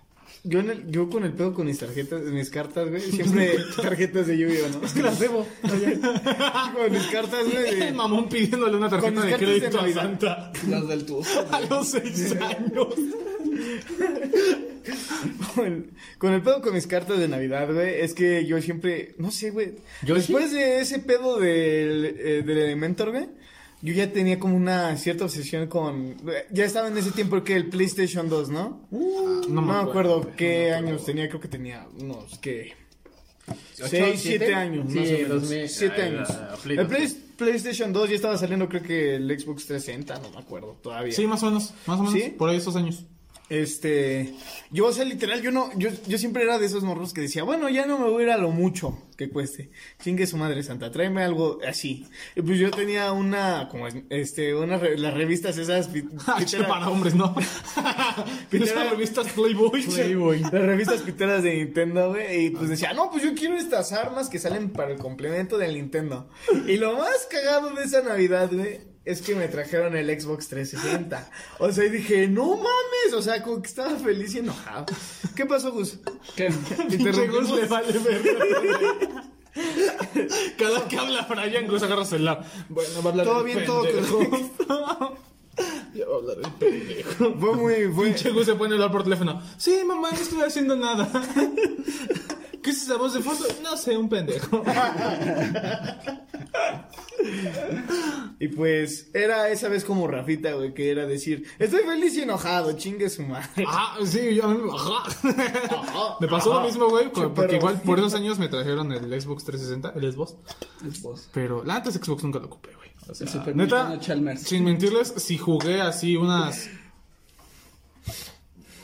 Speaker 3: Yo, en el- yo con el pedo con mis tarjetas, mis cartas, güey. Siempre tarjetas de lluvia, ¿no? Es que las debo. Con mis cartas, güey.
Speaker 2: El
Speaker 3: de-
Speaker 2: mamón pidiéndole una
Speaker 3: Con mis
Speaker 2: tarjeta de
Speaker 3: cartas de
Speaker 2: crédito a
Speaker 3: Navidad.
Speaker 2: Santa.
Speaker 5: Las del tuzo.
Speaker 2: A los seis años.
Speaker 3: Con, con el pedo con mis cartas de Navidad, güey. Es que yo siempre. No sé, güey.
Speaker 4: Yo
Speaker 3: Después de ese pedo del, eh, del Elementor, güey. Yo ya tenía como una cierta obsesión con. Ya estaba en ese tiempo que el PlayStation 2, ¿no? No me acuerdo, qué años tenía, creo que tenía unos que 6, 7 años,
Speaker 4: Sí,
Speaker 3: más o menos.
Speaker 4: 2000.
Speaker 3: 7
Speaker 4: Ay, la-
Speaker 3: años.
Speaker 4: la Play
Speaker 3: El
Speaker 4: dos,
Speaker 3: Play- PlayStation 2 ya estaba saliendo, creo que el Xbox 360, no me acuerdo todavía.
Speaker 2: Sí, más o menos. Más o menos.
Speaker 3: ¿Sí?
Speaker 2: Por ahí esos años.
Speaker 3: Este, yo, o sea, literal, yo no, yo, yo siempre era de esos morros que decía, bueno, ya no me voy a ir a lo mucho que cueste. Chingue su madre santa, tráeme algo así. Y pues yo tenía una, como, este, una, re- las revistas esas. pi-
Speaker 2: H
Speaker 3: piteras-
Speaker 2: para hombres, ¿no? Esas revistas Playboy.
Speaker 3: Las revistas piteras de Nintendo, güey. Y pues decía, no, pues yo quiero estas armas que salen para el complemento del Nintendo. Y lo más cagado de esa Navidad, güey, es que me trajeron el Xbox 360. O sea, y dije, no mames. O sea, como que estaba feliz y enojado. ¿Qué pasó, Gus?
Speaker 5: ¿Qué?
Speaker 3: ¿Te
Speaker 2: Pinche Gus
Speaker 3: interrumpimos?
Speaker 2: le vale verga. Cada que habla Brian, Gus agarra el celular. Bueno, va a hablar
Speaker 3: Todo
Speaker 2: el
Speaker 3: bien, todo
Speaker 2: pendejo. Ya va a hablar el pendejo.
Speaker 3: Fue muy, fue,
Speaker 2: Pinche Gus se pone a hablar por teléfono. Sí, mamá, no estoy haciendo nada. ¿Qué es esa voz de fondo? No sé, un pendejo.
Speaker 3: Y pues era esa vez como Rafita, güey, que era decir, estoy feliz y enojado, chingue su madre.
Speaker 2: Ajá, sí, yo a mí- ajá. Me pasó lo mismo, güey,
Speaker 3: Che,
Speaker 2: porque
Speaker 3: perro.
Speaker 2: igual por esos años me trajeron el Xbox 360, el Xbox,
Speaker 5: Es vos.
Speaker 2: pero la antes Xbox nunca lo ocupé, güey. O sea,
Speaker 5: El Super
Speaker 2: neta,
Speaker 5: Nintendo Chalmers.
Speaker 2: sin mentirles, si jugué así unas,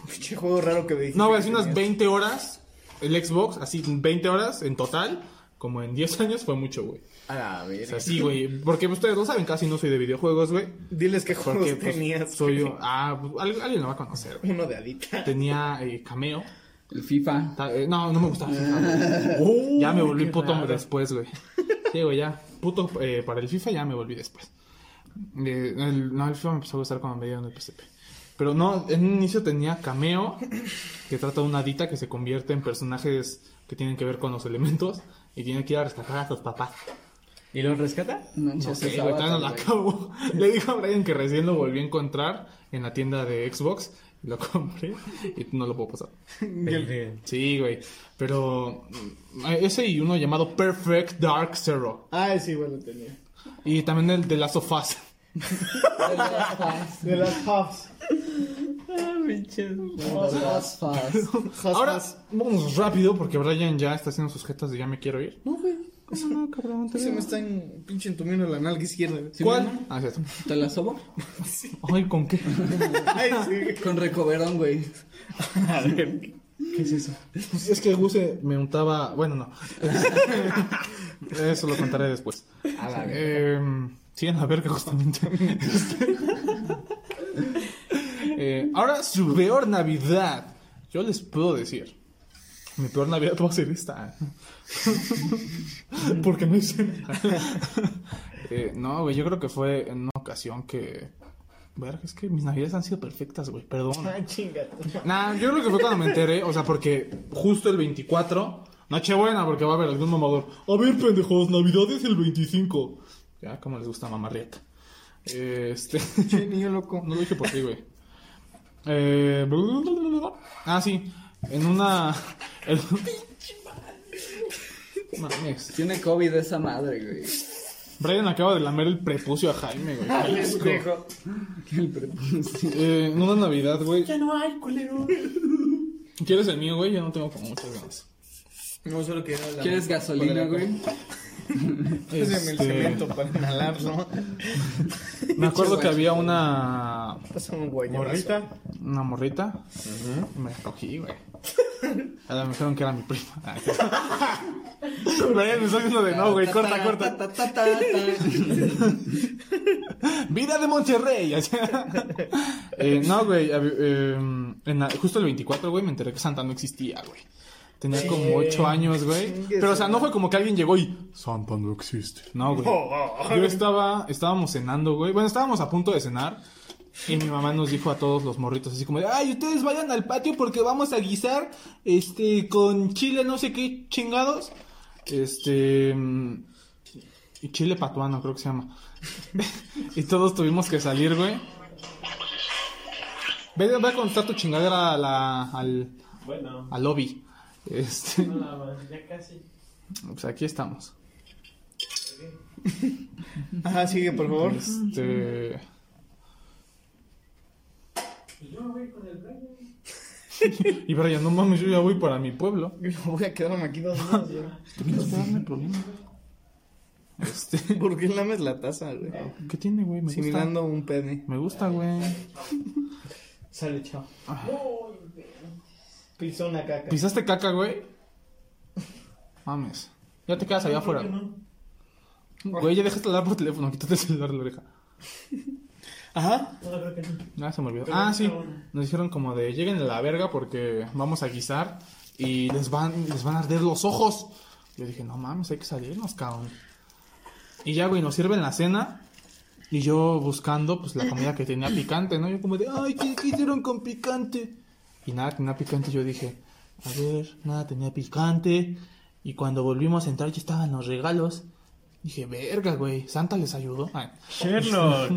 Speaker 3: Pinche juego raro que me dijiste.
Speaker 2: no, güey,
Speaker 3: que
Speaker 2: así unas
Speaker 3: tenías.
Speaker 2: 20 horas, el Xbox, así 20 horas en total, como en 10 años fue mucho, güey.
Speaker 3: A la verga.
Speaker 2: O sea, sí, güey, porque ustedes lo saben, casi no soy de videojuegos, güey.
Speaker 3: Diles qué juegos
Speaker 2: Porque pues,
Speaker 3: tenías.
Speaker 2: soy
Speaker 3: güey.
Speaker 2: yo, ah, pues, al- alguien lo va a conocer, güey.
Speaker 3: Uno de Adita.
Speaker 2: Tenía eh, Cameo.
Speaker 5: El FIFA.
Speaker 2: Ta- eh, No, no me gustaba. FIFA, güey. ya me volví puto después, güey. Sí, güey, ya. Puto eh, para el FIFA ya me volví después. Eh, el- no, el FIFA me empezó a gustar cuando me dieron el PSP. Pero no, en un inicio tenía Cameo, que trata de una adita que se convierte en personajes que tienen que ver con los elementos y tiene que ir a rescatar a sus papás.
Speaker 4: ¿Y los rescata?
Speaker 5: Manches,
Speaker 2: Sí,
Speaker 5: esa
Speaker 2: güey, todavía no la
Speaker 5: bata, güey.
Speaker 2: acabo. Le dijo a Brian que recién lo volví a encontrar en la tienda de Xbox. Lo compré y no lo puedo pasar. Sí, güey. Pero mm, ese y uno llamado Perfect Dark Zero.
Speaker 3: Ah, sí, bueno, tenía.
Speaker 2: Y también el de las sofás.
Speaker 3: De las Huffs.
Speaker 5: Las fas.
Speaker 2: Ahora, vamos rápido porque Brian ya está haciendo sus jetas de ya me quiero ir.
Speaker 5: No, güey.
Speaker 2: Eso no, cabrón. te
Speaker 3: Pues Se me
Speaker 2: veo.
Speaker 3: está en pinche entumiendo la nalga izquierda. güey.
Speaker 5: Sí, mi
Speaker 2: ¿Cuál?
Speaker 5: amor.
Speaker 2: Ah, cierto.
Speaker 5: ¿Te la sobo?
Speaker 2: Ay, ¿con qué?
Speaker 3: Ay, sí. güey.
Speaker 5: Con recoberón, güey.
Speaker 2: ¿Qué es eso? Pues Es que Guse me untaba. Bueno, no. Eso lo contaré después.
Speaker 5: A la
Speaker 2: Eh, sí, en la verga, justamente. Este, Eh, ahora, su peor Navidad. Yo les puedo decir. Mi peor Navidad va a ser esta. Porque no hice nada. Eh, no, güey, yo creo que fue en una ocasión que. Verga, es que mis navidades han sido perfectas, güey, perdón.
Speaker 3: Ah, chinga. tu madre.
Speaker 2: Nah, yo creo que fue cuando me enteré, o sea, porque justo el 24, Nochebuena, porque va a haber algún mamador. A ver, pendejos, Navidad es el 25. Ya, como les gusta mamarrieta. Este.
Speaker 3: Che, niño loco.
Speaker 2: No lo dije por ti, güey. Eh, ah, sí. En una. en- Mames.
Speaker 5: Tiene COVID esa madre, güey.
Speaker 2: Brian acaba de lamer el prepucio a Jaime, güey. Qué asco.
Speaker 5: Pendejo. El prepucio.
Speaker 2: Eh, en una Navidad, güey. Ya no hay, culero. ¿Quieres el mío, güey? Ya no tengo como muchas ganas.
Speaker 3: No, solo que era la-
Speaker 5: ¿Quieres gasolina,
Speaker 3: para la-
Speaker 5: güey?
Speaker 3: Pásame el
Speaker 2: Este,
Speaker 3: cemento para inhalarlo.
Speaker 2: me acuerdo que había una.
Speaker 3: Pásame un guayamazo.
Speaker 4: Morrita.
Speaker 2: Una morrita. Me la cogí, güey. A la me dijeron que era mi prima. Ay, Brian me está diciendo de no, güey. Corta, corta.
Speaker 5: Ta, ta, ta, ta, ta.
Speaker 2: Vida de Monterrey. o sea. Eh, no, güey. hab- eh, en la- justo el 24, güey, me enteré que Santa no existía, güey. Tenía como 8 años, güey. Pero, o sea, no fue como que alguien llegó y... Santa no existe. No,
Speaker 3: Oh,
Speaker 2: güey. Yo estaba... Estábamos cenando, güey. Bueno, estábamos a punto de cenar. Y mi mamá nos dijo a todos los morritos así como de, ay, ustedes vayan al patio porque vamos a guisar, este, con chile no sé qué chingados. Este... mm, y chile patuano, creo que se llama. y todos tuvimos que salir, güey. Ve, ve a contar tu chingadera a la- al,
Speaker 4: Bueno,
Speaker 2: al lobby. Este,
Speaker 4: ya casi.
Speaker 2: pues aquí estamos.
Speaker 3: Ajá, sigue, por favor.
Speaker 2: Este. Y Brian, no mames, yo ya voy para mi pueblo.
Speaker 3: Voy a quedarme aquí dos días ya.
Speaker 2: Este,
Speaker 3: ¿Por qué lames la taza, güey?
Speaker 2: ¿Qué tiene, güey? Me gusta.
Speaker 3: Similando un pene.
Speaker 2: Me gusta, güey.
Speaker 3: Sale, chao. Pisó una caca.
Speaker 2: ¿Pisaste caca, güey? Mames. Ya te quedas allá afuera. Güey, ya dejaste hablar por teléfono, quítate el celular de la oreja.
Speaker 3: Ajá.
Speaker 2: Ah, se me olvidó. Ah, sí. Nos dijeron como de lleguen a la verga porque vamos a guisar y les van, les van a arder los ojos. Yo dije, no mames, hay que salirnos, cabrón. Y ya, güey, nos sirven la cena. Y yo buscando, pues, la comida que tenía picante, ¿no? Yo como de, ay, ¿qué, qué hicieron con picante? Y nada, tenía picante. Yo dije, a ver, nada, tenía picante. Y cuando volvimos a entrar ya estaban los regalos. Dije, verga, güey, ¿Santa les ayudó? Ah, Ay.
Speaker 4: Sherlock.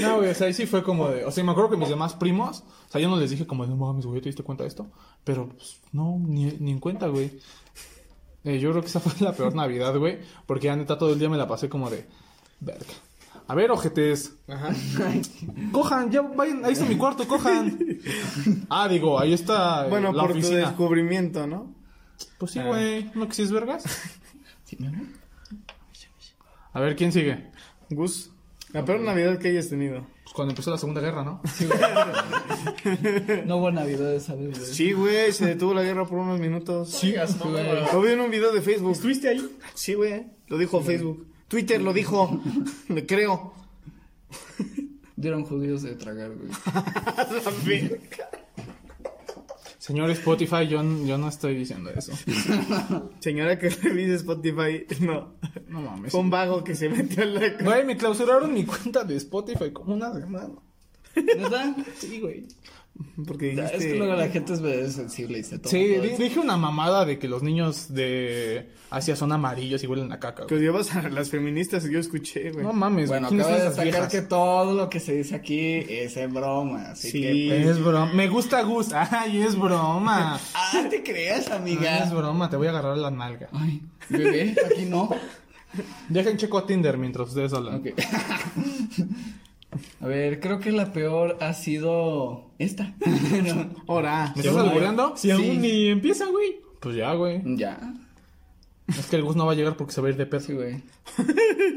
Speaker 2: No, güey, o sea, ahí sí fue como de. O sea, me acuerdo que mis demás primos, o sea, yo no les dije como de, no mames, güey, ¿te diste cuenta de esto? Pero, pues, no, ni, ni en cuenta, güey. Eh, yo creo que esa fue la peor Navidad, güey, porque ya neta todo el día me la pasé como de, verga. A ver, ojetes,
Speaker 3: Ajá.
Speaker 2: cojan, ya vayan, ahí está mi cuarto, cojan. Ah, digo, ahí está eh,
Speaker 3: Bueno,
Speaker 2: la
Speaker 3: por tu
Speaker 2: oficina.
Speaker 3: descubrimiento, ¿no?
Speaker 2: Pues sí, güey, no que sí es vergas. A ver, ¿quién sigue?
Speaker 3: Gus, la peor Navidad que hayas tenido.
Speaker 2: Pues cuando empezó la Segunda Guerra, ¿no?
Speaker 5: No hubo Navidad esa vez, güey.
Speaker 3: Sí, güey, se detuvo la guerra por unos minutos. Sí, Lo vi en un video de Facebook. ¿Estuviste ahí? Sí, güey, lo dijo Facebook. Twitter lo dijo, le creo.
Speaker 5: Dieron judíos de tragar, güey.
Speaker 2: Señor Spotify, yo, n- yo no estoy diciendo eso.
Speaker 3: Señora que revise Spotify, no.
Speaker 2: No mames.
Speaker 3: Fue un vago que se metió en la...
Speaker 2: Güey, me clausuraron mi cuenta de Spotify como una semana.
Speaker 5: ¿Verdad? Sí, güey.
Speaker 3: Porque dijiste...
Speaker 5: Es que luego la gente es medio sensible y se toma.
Speaker 2: Sí,
Speaker 5: todo
Speaker 2: di-
Speaker 5: esto.
Speaker 2: dije una mamada de que los niños de Asia son amarillos y huelen a caca.
Speaker 3: Que
Speaker 2: güey.
Speaker 3: odiabas a las feministas, yo escuché, güey.
Speaker 2: No mames,
Speaker 5: Bueno,
Speaker 2: ¿quiénes
Speaker 5: acabo de
Speaker 2: son esas
Speaker 5: destacar
Speaker 2: viejas?
Speaker 5: que todo lo que se dice aquí es en broma. Así
Speaker 3: Sí.
Speaker 5: que. pues,
Speaker 2: Es broma. Me gusta Gus. Ay, es broma.
Speaker 5: Ah, te creas,
Speaker 2: Ay, Ah, es
Speaker 5: amiga.
Speaker 2: broma, te voy a agarrar la nalga.
Speaker 5: Ay, bebé, aquí no.
Speaker 2: Dejen checo a Tinder mientras ustedes hablan.
Speaker 5: Ok. A ver, creo que la peor ha sido esta. No.
Speaker 3: Ahora.
Speaker 2: ¿Me estás albureando?
Speaker 5: Si aún Sí.
Speaker 2: ni empieza, güey. Pues ya, güey.
Speaker 5: Ya.
Speaker 2: Es que el Gus no va a llegar porque se va a ir de
Speaker 5: Sí,
Speaker 2: peso.
Speaker 5: güey.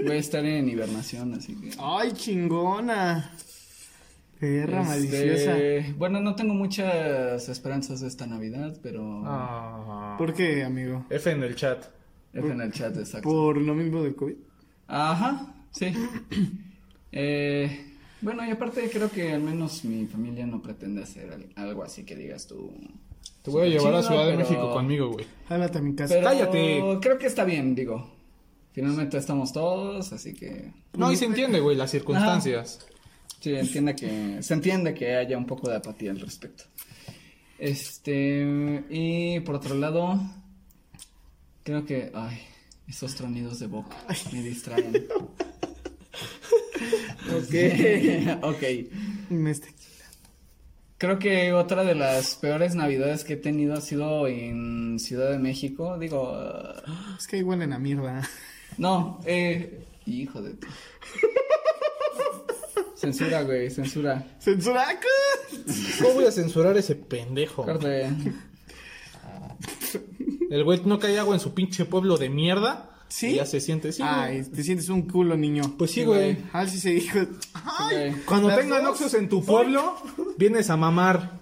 Speaker 5: Voy a estar en hibernación, así que.
Speaker 3: Ay, chingona. Guerra
Speaker 5: Este,
Speaker 3: maliciosa.
Speaker 5: Bueno, no tengo muchas esperanzas de esta Navidad, pero.
Speaker 2: Ah.
Speaker 3: ¿Por qué, amigo?
Speaker 2: F en el chat.
Speaker 5: F en el chat, exacto.
Speaker 3: Por lo mismo del COVID.
Speaker 5: Ajá, sí. Eh, bueno, y aparte creo que al menos mi familia no pretende hacer al- algo así que digas tú.
Speaker 2: Te voy a llevar a
Speaker 5: Chido,
Speaker 2: Ciudad de
Speaker 5: pero-
Speaker 2: México conmigo, güey.
Speaker 3: Háblate a mi casa.
Speaker 5: Pero
Speaker 2: cállate.
Speaker 5: Creo que está bien, digo. Finalmente estamos todos, así que
Speaker 2: No, y se entiende, güey, las circunstancias.
Speaker 5: sí, entiende que, se entiende que haya un poco de apatía al respecto. Este, y por otro lado, creo que, ay, Esos tronidos de boca me distraen. ok. ok.
Speaker 3: Me este-
Speaker 5: Creo que otra de las peores navidades que he tenido ha sido en Ciudad de México. Digo, ah,
Speaker 3: Es que igual en la mierda.
Speaker 5: no, eh, hijo de... tu- Censura, güey, censura.
Speaker 3: ¡Censuraco!
Speaker 2: ¿Cómo voy a censurar ese pendejo?
Speaker 5: Corte.
Speaker 2: El güey no cae agua en su pinche pueblo de mierda.
Speaker 3: ¿Sí?
Speaker 2: Y ya se siente sí.
Speaker 3: Ay, te sientes un culo, niño.
Speaker 2: Pues sí,
Speaker 5: Sí,
Speaker 2: güey.
Speaker 5: güey.
Speaker 3: Al si se dijo. ¡Ay!
Speaker 5: güey.
Speaker 2: Cuando
Speaker 3: Las
Speaker 2: tengan
Speaker 3: dos.
Speaker 2: Oxos en tu pueblo, vienes a mamar.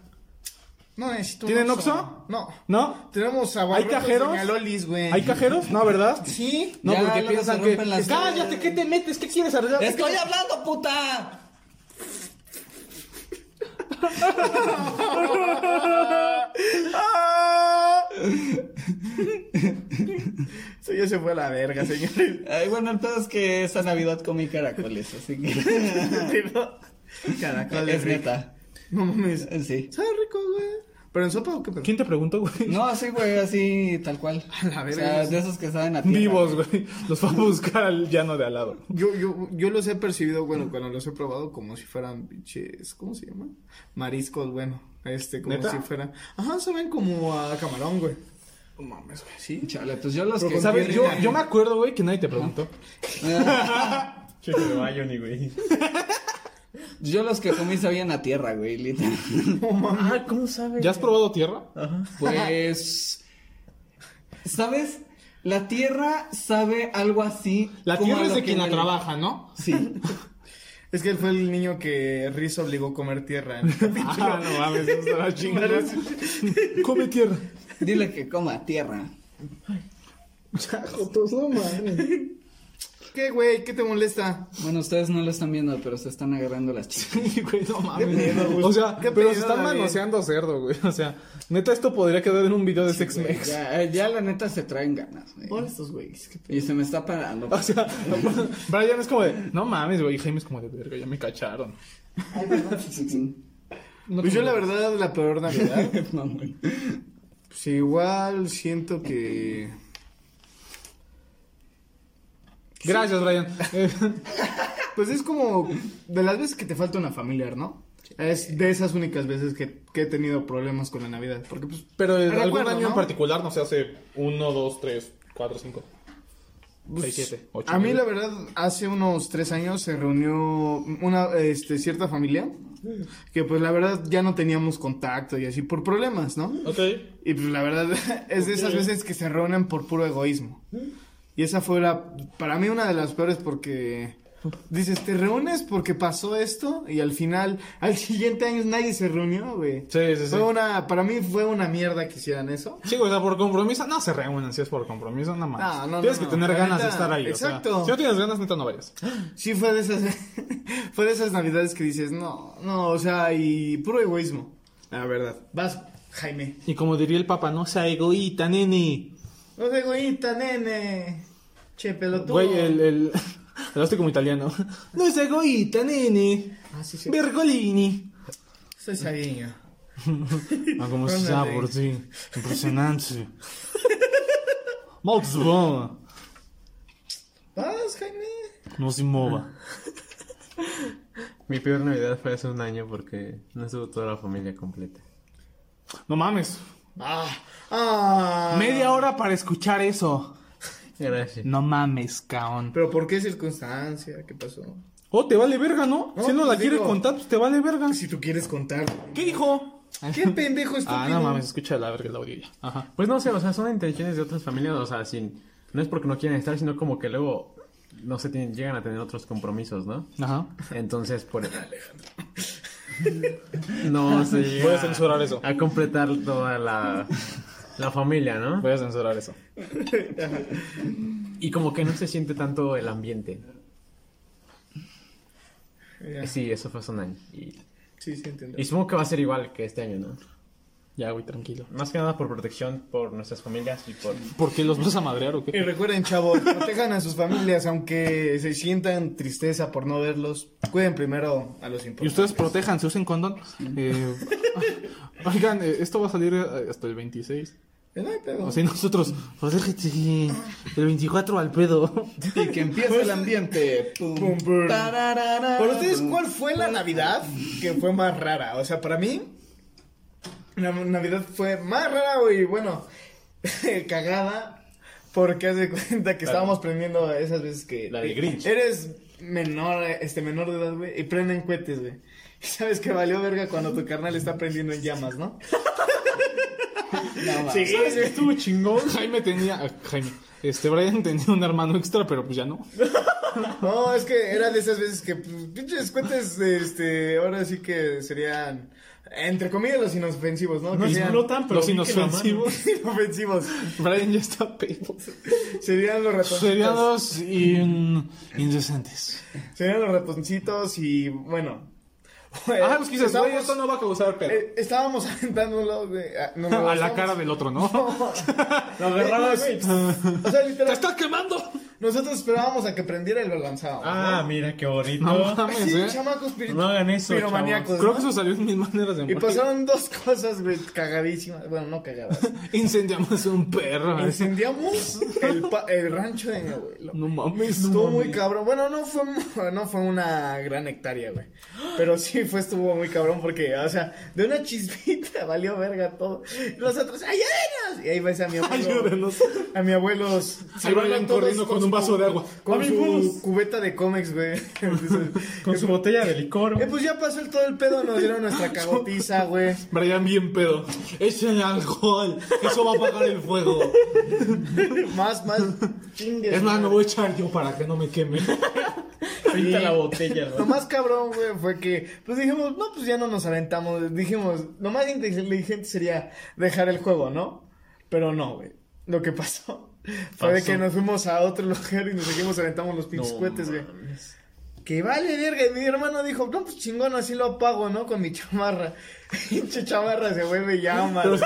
Speaker 3: No necesito. un
Speaker 2: ¿Tienen
Speaker 3: Oxxo.
Speaker 2: Oxxo?
Speaker 3: No.
Speaker 2: ¿No?
Speaker 3: Tenemos aguarrotes
Speaker 2: cajeros?
Speaker 3: Lolis, güey.
Speaker 2: ¿Hay cajeros? No, ¿verdad?
Speaker 3: Sí.
Speaker 2: No,
Speaker 5: Ya,
Speaker 2: porque
Speaker 5: luego
Speaker 2: piensan
Speaker 5: se
Speaker 2: que.
Speaker 5: rompen las-
Speaker 2: Cállate, ¿qué te metes? ¿Qué quieres arreglar?
Speaker 5: ¡Estoy hablando, puta!
Speaker 3: Eso ya se fue a la verga, señores.
Speaker 5: Ay, bueno, el pedo es que esta Navidad comí caracoles, así que...
Speaker 3: Caracol
Speaker 5: es neta. eh,
Speaker 3: No mames.
Speaker 5: Sí.
Speaker 3: Sabe rico, güey. ¿Pero en sopa o qué pedo?
Speaker 2: ¿Quién te preguntó, güey?
Speaker 5: No, así, güey, así, tal cual.
Speaker 3: A la verga.
Speaker 5: O sea, de esos que saben a tierra,
Speaker 2: Vivos, güey. Los vamos a buscar al llano de al lado.
Speaker 3: Yo, yo, yo los he percibido, bueno, cuando los he probado, como si fueran pinches, ¿cómo se llama? Mariscos, bueno, este, como
Speaker 2: ¿Neta?
Speaker 3: si fueran, ajá, saben como a camarón, güey. No mames, güey, sí.
Speaker 5: Chale, pues yo los que...
Speaker 2: ¿Sabes? Yo, yo me acuerdo, güey, que nadie te preguntó.
Speaker 4: güey.
Speaker 5: Yo los que comí sabían a tierra, güey, literal.
Speaker 4: Ah, ¿cómo sabe?
Speaker 2: ¿Ya has probado tierra?
Speaker 5: Pues. ¿Sabes? La tierra sabe algo así.
Speaker 2: La
Speaker 5: como
Speaker 2: tierra
Speaker 5: a
Speaker 2: es
Speaker 5: lo
Speaker 2: de
Speaker 5: que
Speaker 2: quien la
Speaker 5: huele.
Speaker 2: trabaja, ¿no?
Speaker 5: Sí.
Speaker 3: Es que él fue el niño que Riz obligó a comer tierra. en el capítulo.
Speaker 2: Ah, no mames, eso estaba chingón. Come tierra.
Speaker 5: Dile que coma tierra.
Speaker 3: ¿Qué, güey? ¿Qué te molesta?
Speaker 5: Bueno, ustedes no lo están viendo, pero se están agarrando las chicas.
Speaker 2: Sí, güey, no mames.
Speaker 3: pedo, güey?
Speaker 2: O sea,
Speaker 3: ¿Qué
Speaker 2: pero se
Speaker 3: pedo,
Speaker 2: están
Speaker 3: David?
Speaker 2: manoseando cerdo, güey. O sea, neta, esto podría quedar en un video de Sex Mex.
Speaker 5: Ya, eh, ya la neta se traen ganas,
Speaker 3: Por
Speaker 5: güey.
Speaker 3: estos güeyes, qué pedo.
Speaker 5: Y se me está parando.
Speaker 2: O sea, Brian es como de, no mames, güey. Y Jaime es como de, verga, ya me cacharon. No
Speaker 3: Pues yo,
Speaker 2: tengo-
Speaker 3: la verdad, la peor Navidad,
Speaker 5: Mamón.
Speaker 3: pues igual siento que...
Speaker 2: Gracias, Brian. Eh,
Speaker 3: Pues es como de las veces que te falta una familiar, ¿no? Es de esas únicas veces que, que he tenido problemas con la Navidad. Porque, pues,
Speaker 2: Pero de
Speaker 3: Recuerdo,
Speaker 2: algún año
Speaker 3: ¿no?
Speaker 2: en particular, no sé, hace 1, 2, 3, 4, 5, 6, 7, 8.
Speaker 3: Pues, a mí la verdad, hace unos tres años se reunió una este, cierta familia que, pues, la verdad ya no teníamos contacto y así por problemas, ¿no?
Speaker 2: Ok.
Speaker 3: Y, pues, la verdad es de esas veces que se reúnen por puro egoísmo. Y esa fue la, para mí una de las peores porque dices, te reúnes porque pasó esto y al final, al siguiente año nadie se reunió, güey.
Speaker 2: Sí, sí, sí.
Speaker 3: Fue una, para mí fue una mierda que hicieran eso.
Speaker 2: Sí, güey, o sea, por compromiso, no se reúnen si es por compromiso, nada más.
Speaker 3: No, no,
Speaker 2: Tienes que
Speaker 3: no, no.
Speaker 2: tener
Speaker 3: La
Speaker 2: ganas de
Speaker 3: neta,
Speaker 2: estar ahí. o sea,
Speaker 3: exacto.
Speaker 2: si no tienes ganas, neta, no vayas.
Speaker 3: Sí, fue de esas, fue de esas navidades que dices, no, no, o sea, y puro egoísmo. La verdad. Vas, Jaime.
Speaker 2: Y como diría el papá, no sea egoíta, nene.
Speaker 3: No es egoísta, nene. Che, pelotudo.
Speaker 2: Güey, el, el... Hablaste como italiano. No es egoíta, nene.
Speaker 3: Ah, sí, sí.
Speaker 2: Bergolini. Ah,
Speaker 3: Soy Sabiño.
Speaker 2: Ma come
Speaker 3: Con
Speaker 2: si
Speaker 3: la
Speaker 2: sa,
Speaker 3: ley.
Speaker 2: porzi? Impressionante. Molto buona.
Speaker 3: Vas, Jaime.
Speaker 2: No se mueva.
Speaker 4: Mi peor Navidad fue hace un año porque no estuvo toda la familia completa.
Speaker 2: No mames.
Speaker 3: Ah, ah.
Speaker 2: Media hora para escuchar eso.
Speaker 4: Gracias.
Speaker 2: No mames, caón.
Speaker 3: Pero ¿por qué circunstancia? ¿Qué pasó?
Speaker 2: Oh, te vale verga, ¿no?
Speaker 3: No,
Speaker 2: si no la
Speaker 3: pues
Speaker 2: quiere
Speaker 3: digo-
Speaker 2: contar, pues te vale verga.
Speaker 3: Si tú quieres contar.
Speaker 2: ¿Qué dijo?
Speaker 3: ¿Qué pendejo estúpido?
Speaker 2: Ah, no mames, escucha la verga el audio ya. Ajá.
Speaker 4: Pues no sé, o sea, son intenciones de otras familias, o sea, sin, no es porque no quieran estar, sino como que luego, no sé, tienen- llegan a tener otros compromisos, ¿no?
Speaker 2: Ajá.
Speaker 4: Entonces, por No se llega
Speaker 2: Voy a censurar eso.
Speaker 4: A completar toda la, la familia, ¿no?
Speaker 2: Voy a censurar eso.
Speaker 4: Y como que no se siente tanto el ambiente.
Speaker 3: Ya,
Speaker 4: Sí, eso fue hace un año. Y,
Speaker 3: Sí, sí, entiendo.
Speaker 4: y supongo que va a ser igual que este año, ¿no?
Speaker 2: Ya, güey, tranquilo.
Speaker 4: Más que nada por protección por nuestras familias y por...
Speaker 2: ¿Por qué los vas a madrear o
Speaker 3: Y
Speaker 2: qué?
Speaker 3: recuerden, chavos, protejan a sus familias, aunque se sientan tristeza por no verlos. Cuiden primero a los
Speaker 2: Y
Speaker 3: importantes.
Speaker 2: ustedes protejan, se usen condón. Eh, oigan, eh, esto va a salir eh, hasta el 26.
Speaker 3: Eh, no hay pedo.
Speaker 2: O sea, nosotros, pues déjate, el 24 al pedo.
Speaker 5: Y que empiece el ambiente. pues.
Speaker 3: Pum,
Speaker 5: Pum,
Speaker 3: pum.
Speaker 5: tararara,
Speaker 3: ¿Para ustedes
Speaker 5: pum.
Speaker 3: cuál fue la Navidad que fue más rara? O sea, para mí, la Navidad fue más rara y bueno, cagada, porque haz de cuenta que estábamos prendiendo esas veces que...
Speaker 4: La de Grinch.
Speaker 3: Eres menor, este, menor de edad, güey, y prenden cohetes, güey. Y sabes que valió verga cuando tu carnal está prendiendo en llamas, ¿no?
Speaker 5: No, va.
Speaker 4: ¿Sabes qué estuvo chingón?
Speaker 2: Jaime tenía, ah, Jaime, este Brian tenía un hermano extra, pero pues ya no.
Speaker 3: No, es que era de esas veces que, pues, pinches cohetes, este, ahora sí que serían, entre comillas, los inofensivos, ¿no?
Speaker 4: No
Speaker 3: Que sean-
Speaker 4: explotan, pero
Speaker 2: Los
Speaker 4: vi que la mano.
Speaker 2: inofensivos.
Speaker 3: inofensivos.
Speaker 2: Brian ya está pedo.
Speaker 3: Serían los ratoncitos.
Speaker 2: Serían dos in- indecentes.
Speaker 3: Serían los ratoncitos y bueno.
Speaker 2: Ah, pues quizás, güey,
Speaker 3: estábamos,
Speaker 2: esto no va a causar pedo.
Speaker 3: eh, estábamos aventándolo de- ah, nos lo
Speaker 2: a la
Speaker 3: lanzamos.
Speaker 2: cara del otro, ¿no?
Speaker 3: Lo agarrabas.
Speaker 2: Eh,
Speaker 3: O sea,
Speaker 2: ¡Te
Speaker 3: literal,
Speaker 2: estás quemando!
Speaker 3: nosotros esperábamos a que prendiera y lo lanzábamos.
Speaker 4: Ah,
Speaker 3: ¿no?
Speaker 4: mira qué bonito.
Speaker 2: No mames,
Speaker 3: Sí,
Speaker 2: eh.
Speaker 3: chamacos pirit-
Speaker 4: No hagan eso,
Speaker 3: piromaníacos.
Speaker 2: Creo
Speaker 3: Pues ¿no?
Speaker 2: que eso salió en mis maneras de
Speaker 3: Y
Speaker 2: morir.
Speaker 3: pasaron dos cosas, güey, cagadísimas. Bueno, no cagadas.
Speaker 2: Incendiamos un perro. eh.
Speaker 3: Incendiamos el, pa- el rancho de mi abuelo.
Speaker 2: No mames, no
Speaker 3: Estuvo
Speaker 2: mames.
Speaker 3: muy cabrón. Bueno, no fue, mu- no fue una gran hectárea, güey. Pero sí fue, estuvo muy cabrón porque, o sea, de una chispita valió verga todo. Los otros, ¡ayúdenos! Y ahí ves a mi abuelo.
Speaker 2: Ayúdenos.
Speaker 3: A mi abuelo. se
Speaker 2: Ahí
Speaker 3: van
Speaker 2: vayan
Speaker 3: todos
Speaker 2: corriendo con un
Speaker 3: su
Speaker 2: vaso de
Speaker 3: cu-
Speaker 2: agua.
Speaker 3: Con
Speaker 2: ¡Amigos!
Speaker 3: su cubeta de cómics, güey.
Speaker 4: Con su botella de licor.
Speaker 3: Eh, pues ya pasó el todo el pedo, nos dieron nuestra cagotiza, güey.
Speaker 2: Brian bien pedo. Echen alcohol. Eso va a apagar el fuego.
Speaker 3: Más, más. chingues,
Speaker 2: Es más, me
Speaker 3: güey.
Speaker 2: voy a echar yo para que no me queme.
Speaker 4: Pinta la botella,
Speaker 3: Lo
Speaker 4: güey.
Speaker 3: más cabrón, güey, fue que, pues dijimos, no, pues ya no nos aventamos. Dijimos, lo más inteligente sería dejar el juego, ¿no? Pero no, güey. Lo que pasó fue de
Speaker 4: Pasó.
Speaker 3: que nos fuimos a otro lugar y nos seguimos aventamos los pinches cohetes, güey.
Speaker 4: mames.
Speaker 3: Que vale, verga. Y mi hermano dijo, no, pues chingón, así lo apago, ¿no? Con mi chamarra. Pinche chamarra se vuelve llama.
Speaker 2: Pero se,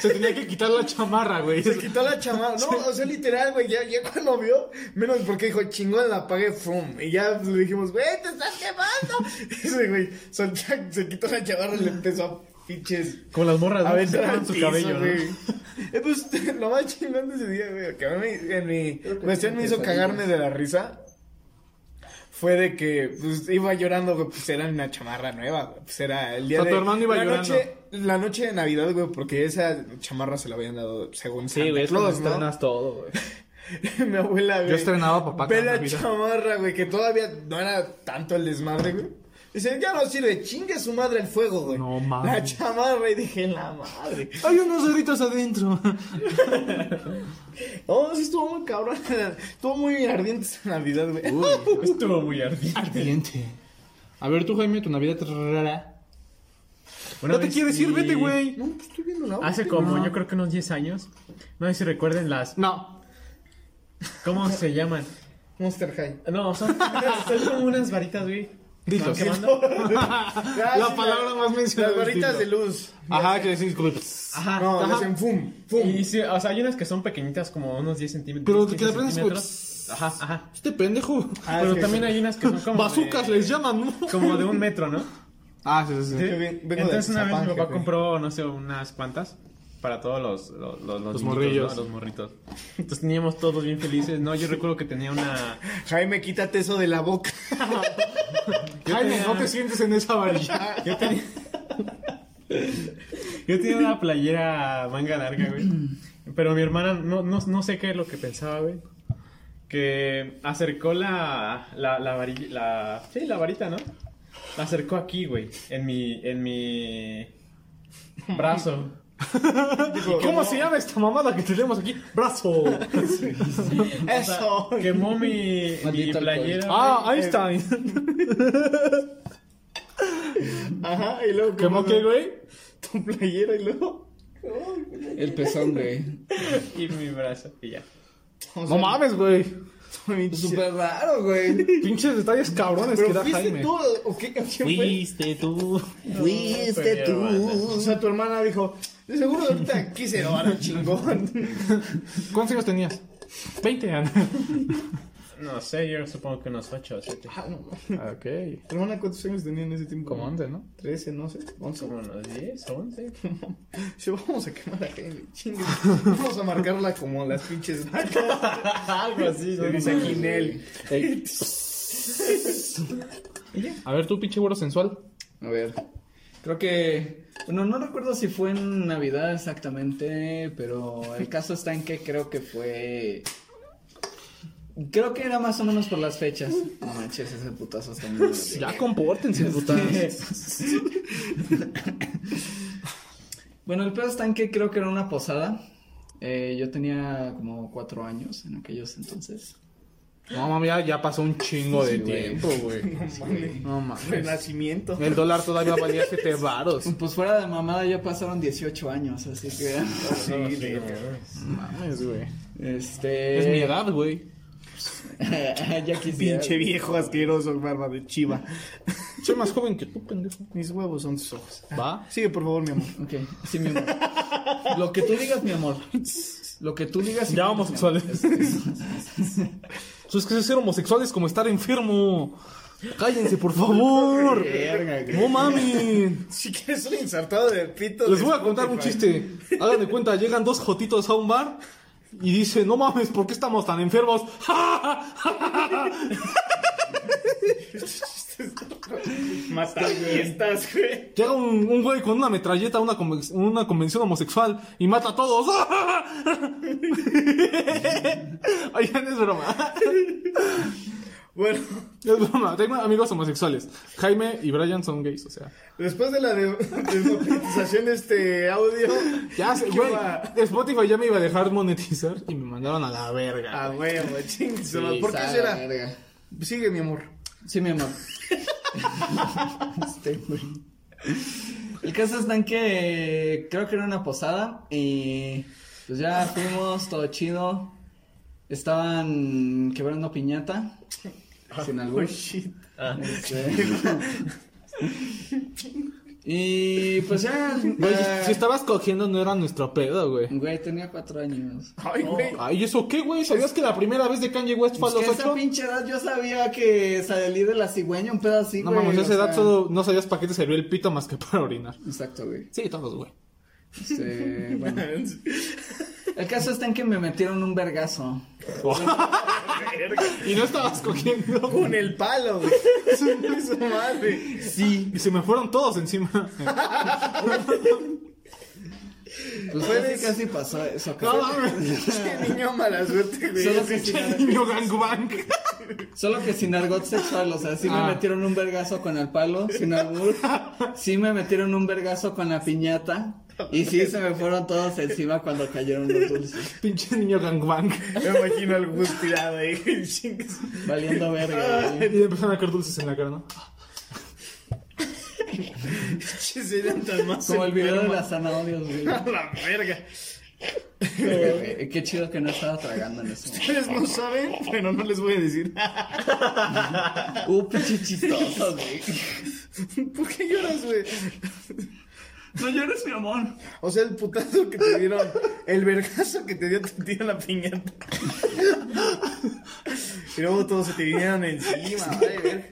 Speaker 2: se tenía que quitar la chamarra, güey.
Speaker 3: Se quitó la chamarra. No, o sea, literal, güey. Ya, ya cuando vio, menos porque dijo, chingón, la apagué, fum. Y ya le dijimos, güey, te estás quemando. Ese güey, soltó- se quitó la chamarra y le empezó a pinches.
Speaker 4: Como las morras,
Speaker 3: A
Speaker 4: ¿no?
Speaker 3: ver,
Speaker 4: Se
Speaker 3: en
Speaker 4: toman su cabello, ¿no?
Speaker 3: güey. Eh, pues, lo más chingón de ese día, güey, que a mí en mi cuestión me hizo cagarme de la risa. Fue de que pues, iba llorando, güey, pues era una chamarra nueva, güey. Pues era el
Speaker 2: O
Speaker 3: día
Speaker 2: sea,
Speaker 3: de.
Speaker 2: tu hermano iba
Speaker 3: la
Speaker 2: llorando.
Speaker 3: Noche, la noche de Navidad, güey, porque esa chamarra se la habían dado según Santa
Speaker 2: es
Speaker 3: Claus,
Speaker 2: cuando
Speaker 3: ¿no?
Speaker 2: estrenas todo, güey.
Speaker 3: Mi abuela, güey.
Speaker 2: Yo estrenaba papá
Speaker 3: Ve
Speaker 2: cada
Speaker 3: la
Speaker 2: Navidad.
Speaker 3: chamarra, güey, que todavía no era tanto el desmadre, güey. Dice, ya no sirve, chingue su madre el fuego, güey.
Speaker 2: No mames.
Speaker 3: La chamarra, y dije, la madre.
Speaker 2: Hay unos gritos adentro.
Speaker 3: Oh, sí, estuvo muy cabrón. Estuvo muy ardiente esta Navidad, güey.
Speaker 4: Pues Estuvo muy ardiente.
Speaker 2: Ardiente. A ver, tú, Jaime, tu Navidad rara.
Speaker 4: Una
Speaker 2: no te
Speaker 4: vez
Speaker 2: quieres ir,
Speaker 4: sí.
Speaker 2: vete, güey.
Speaker 3: No, pues estoy viendo la hora.
Speaker 4: Hace como, yo creo que unos 10 años. No sé si recuerden las.
Speaker 2: No.
Speaker 4: ¿Cómo se llaman?
Speaker 3: Monster High.
Speaker 4: No, son, son como unas varitas, güey.
Speaker 2: Dilos.
Speaker 4: Van quemando.
Speaker 3: Ah,
Speaker 2: La
Speaker 3: sí,
Speaker 2: palabra más mencionada
Speaker 3: Las varitas
Speaker 2: del
Speaker 3: de
Speaker 2: siglo.
Speaker 3: luz.
Speaker 2: Ajá, que decís. pues,
Speaker 4: Ajá.
Speaker 3: No,
Speaker 4: ajá.
Speaker 3: las en fum, fum.
Speaker 4: Y sí, o sea, hay unas que son pequeñitas, como unos 10 centímetros.
Speaker 2: Pero que
Speaker 4: 15
Speaker 2: le prendes,
Speaker 4: centímetros. Ajá, ajá.
Speaker 2: Este pendejo.
Speaker 3: Ah, es
Speaker 4: Pero
Speaker 3: que
Speaker 4: también
Speaker 3: sí.
Speaker 4: hay unas que son como.
Speaker 2: Bazucas
Speaker 4: de-
Speaker 2: les llaman, ¿no?
Speaker 4: Como de un metro, ¿no?
Speaker 2: Ah, sí, sí, sí.
Speaker 3: que ven- vengo
Speaker 4: Entonces
Speaker 3: de
Speaker 4: una vez mi
Speaker 3: Zapán,
Speaker 4: papá
Speaker 3: jefe.
Speaker 4: compró, no sé, unas cuantas para todos los, los, los, los niñitos,
Speaker 2: morrillos.
Speaker 4: ¿no? Los morritos. Entonces teníamos todos bien felices, ¿no? Yo recuerdo que tenía una...
Speaker 3: Jaime, quítate eso de la boca.
Speaker 2: Jaime,
Speaker 4: tenía-
Speaker 2: no te sientes en esa varilla.
Speaker 4: Yo tenía... Yo tenía una playera manga larga, güey. Pero mi hermana, no, no, no sé qué es lo que pensaba, güey. Que acercó la, la, la varilla, la... Sí, la varita, ¿no? La acercó aquí, güey. En mi, en mi... Brazo.
Speaker 2: ¿Cómo se llama esta mamada que tenemos aquí? Brazo.
Speaker 3: Eso.
Speaker 4: Quemó mi, mi
Speaker 5: Maldito alcohol.
Speaker 4: playera.
Speaker 2: Ah,
Speaker 4: güey.
Speaker 2: Einstein.
Speaker 3: Ajá, y luego.
Speaker 2: ¿Cómo que, güey?
Speaker 3: Tu playera y luego.
Speaker 5: El pezón, güey.
Speaker 4: Y mi brazo, y ya.
Speaker 2: No mames, güey.
Speaker 5: Súper raro, güey.
Speaker 2: Pinches detalles cabrones que
Speaker 3: Pero
Speaker 2: da
Speaker 3: fuiste
Speaker 2: Jaime.
Speaker 3: tú o qué? ¿O quién fue?
Speaker 4: Fuiste tú.
Speaker 5: Fuiste
Speaker 3: O sea, tu hermana dijo, de seguro ahorita aquí se lo van a chingón.
Speaker 2: ¿Cuántos años tenías? 20 años.
Speaker 4: No sé, yo supongo que unos 8 o 7.
Speaker 3: Ah, no.
Speaker 6: Ok.
Speaker 3: Hermana, ¿cuántos años tenía en ese tiempo?
Speaker 6: Como antes, ¿no?
Speaker 3: 13, no sé, 11.
Speaker 4: Como unos 10, 11.
Speaker 3: Yo, vamos a quemar a Jaime, chingue. Vamos a marcarla como las pinches vacas.
Speaker 4: Algo así,
Speaker 3: Se dice aquí en él.
Speaker 6: Ey,
Speaker 2: A ver, tú, pinche güero sensual.
Speaker 5: A ver. Creo que. Bueno, no recuerdo si fue en Navidad exactamente, pero el caso está en que creo que fue. Creo que era más o menos por las fechas. No manches, ese putazo está muy Este,
Speaker 2: Ya compórtense, putas.
Speaker 5: Bueno, el pedo está en que creo que era una posada. Eh, yo tenía como cuatro años en aquellos entonces.
Speaker 2: No, mami, ya, ya pasó un chingo de
Speaker 5: Sí, güey.
Speaker 2: tiempo, güey. No mames.
Speaker 3: Renacimiento.
Speaker 2: El dólar todavía valía 7 varos.
Speaker 5: Pues fuera de mamada ya pasaron 18 años, así que...
Speaker 3: Sí, de-
Speaker 6: mames, güey.
Speaker 5: Este...
Speaker 2: Es mi edad, güey.
Speaker 5: ya quisiera.
Speaker 3: Pinche viejo asqueroso, barba de chiva.
Speaker 2: Soy más joven que tú, pendejo.
Speaker 3: Mis huevos son tus ojos.
Speaker 2: ¿Va?
Speaker 3: Sigue, por favor, mi amor.
Speaker 5: Ok, sí, mi amor. Lo que tú digas, mi amor. Lo que tú digas...
Speaker 2: Ya
Speaker 5: mi amor.
Speaker 2: homosexuales. Eso es que ser homosexual es como estar enfermo. Cállense, por favor.
Speaker 5: Verga, güey.
Speaker 2: No mami.
Speaker 3: Si quieres un insertado de pito.
Speaker 2: Les
Speaker 3: de
Speaker 2: voy a contar un
Speaker 3: Spotify.
Speaker 2: chiste. Hagan de cuenta, llegan dos jotitos a un bar y dicen, no mames, ¿por qué estamos tan enfermos?
Speaker 3: Mata fiestas, güey.
Speaker 2: Llega un, un güey con una metralleta a una, conven- una convención homosexual y mata a todos. Oigan, es broma.
Speaker 3: Bueno,
Speaker 2: Es broma. Tengo amigos homosexuales. Jaime y Brian son gays, o sea.
Speaker 3: después de la de- desmonetización de este audio.
Speaker 2: Ya, se-
Speaker 3: ¿qué
Speaker 2: güey.
Speaker 3: va?
Speaker 2: Spotify ya me iba a dejar monetizar y me mandaron a la verga.
Speaker 3: Ah,
Speaker 2: güey.
Speaker 3: huevo, ching. su madre.
Speaker 5: Sí,
Speaker 3: ¿Por qué
Speaker 5: sabe,
Speaker 3: será?
Speaker 5: verga.
Speaker 3: Sigue, mi amor.
Speaker 5: Sí, mi amor. Este, güey. El caso está en que eh, creo que era una posada y pues ya fuimos, todo chido. Estaban quebrando piñata. Sin
Speaker 2: Ah,
Speaker 3: Oh,
Speaker 5: algún.
Speaker 3: shit.
Speaker 2: Este,
Speaker 5: y pues ya.
Speaker 2: Güey,
Speaker 5: eh,
Speaker 2: si- si estabas cogiendo no era nuestro pedo, güey.
Speaker 5: Güey, tenía cuatro años.
Speaker 3: Ay, güey.
Speaker 2: Ay, ¿eso qué, güey? ¿Sabías que la primera vez de Kanye West fue a
Speaker 5: Pues
Speaker 2: los
Speaker 5: que a esa
Speaker 2: 8?
Speaker 5: pinche edad yo sabía que salí de la cigüeña un pedo así,
Speaker 2: No
Speaker 5: güey,
Speaker 2: mames, a
Speaker 5: o
Speaker 2: esa edad
Speaker 5: sea-
Speaker 2: solo no sabías para qué te sirvió el pito más que para orinar.
Speaker 5: Exacto, güey.
Speaker 2: Sí, todos, güey.
Speaker 5: Este, bueno. El caso está en que me metieron un vergazo.
Speaker 2: Y no estabas
Speaker 5: Pues
Speaker 2: cogiendo.
Speaker 3: Con el palo, güey. Su- Su madre.
Speaker 2: Sí. Y se me fueron todos encima.
Speaker 5: Pues
Speaker 3: Puedes-
Speaker 5: casi, casi pasó eso.
Speaker 2: No
Speaker 5: cabrón.
Speaker 2: mames.
Speaker 3: Qué niño mala suerte, güey.
Speaker 5: Solo que, sin,
Speaker 2: Pinche niño gangbang.
Speaker 5: solo que sin argot sexual, o sea, sí me
Speaker 2: Ah.
Speaker 5: metieron un vergazo con el palo, sin albur. Sí me metieron un vergazo con la piñata. Y sí se me fueron todos encima cuando cayeron los dulces.
Speaker 2: Pinche niño gangbang.
Speaker 3: Me imagino al Gus tirado ahí. chingue su-
Speaker 5: Valiendo verga, güey.
Speaker 2: Y le empezaron a caer dulces en la cara, ¿no?
Speaker 3: Che, serían tan más
Speaker 5: Como el video de
Speaker 3: enfermas.
Speaker 5: las zanahorias, güey.
Speaker 3: A la verga.
Speaker 5: Qué qué chido que no estaba tragando en eso.
Speaker 3: Ustedes no saben, pero no les voy a decir.
Speaker 5: Uh, pinche chistoso, güey.
Speaker 3: ¿Por qué lloras, güey?
Speaker 5: No llores, mi amor.
Speaker 3: O sea, el putazo que te dieron, el vergazo que te dio, te dio la piñata. Y luego todos se te vinieron encima, vale, verga.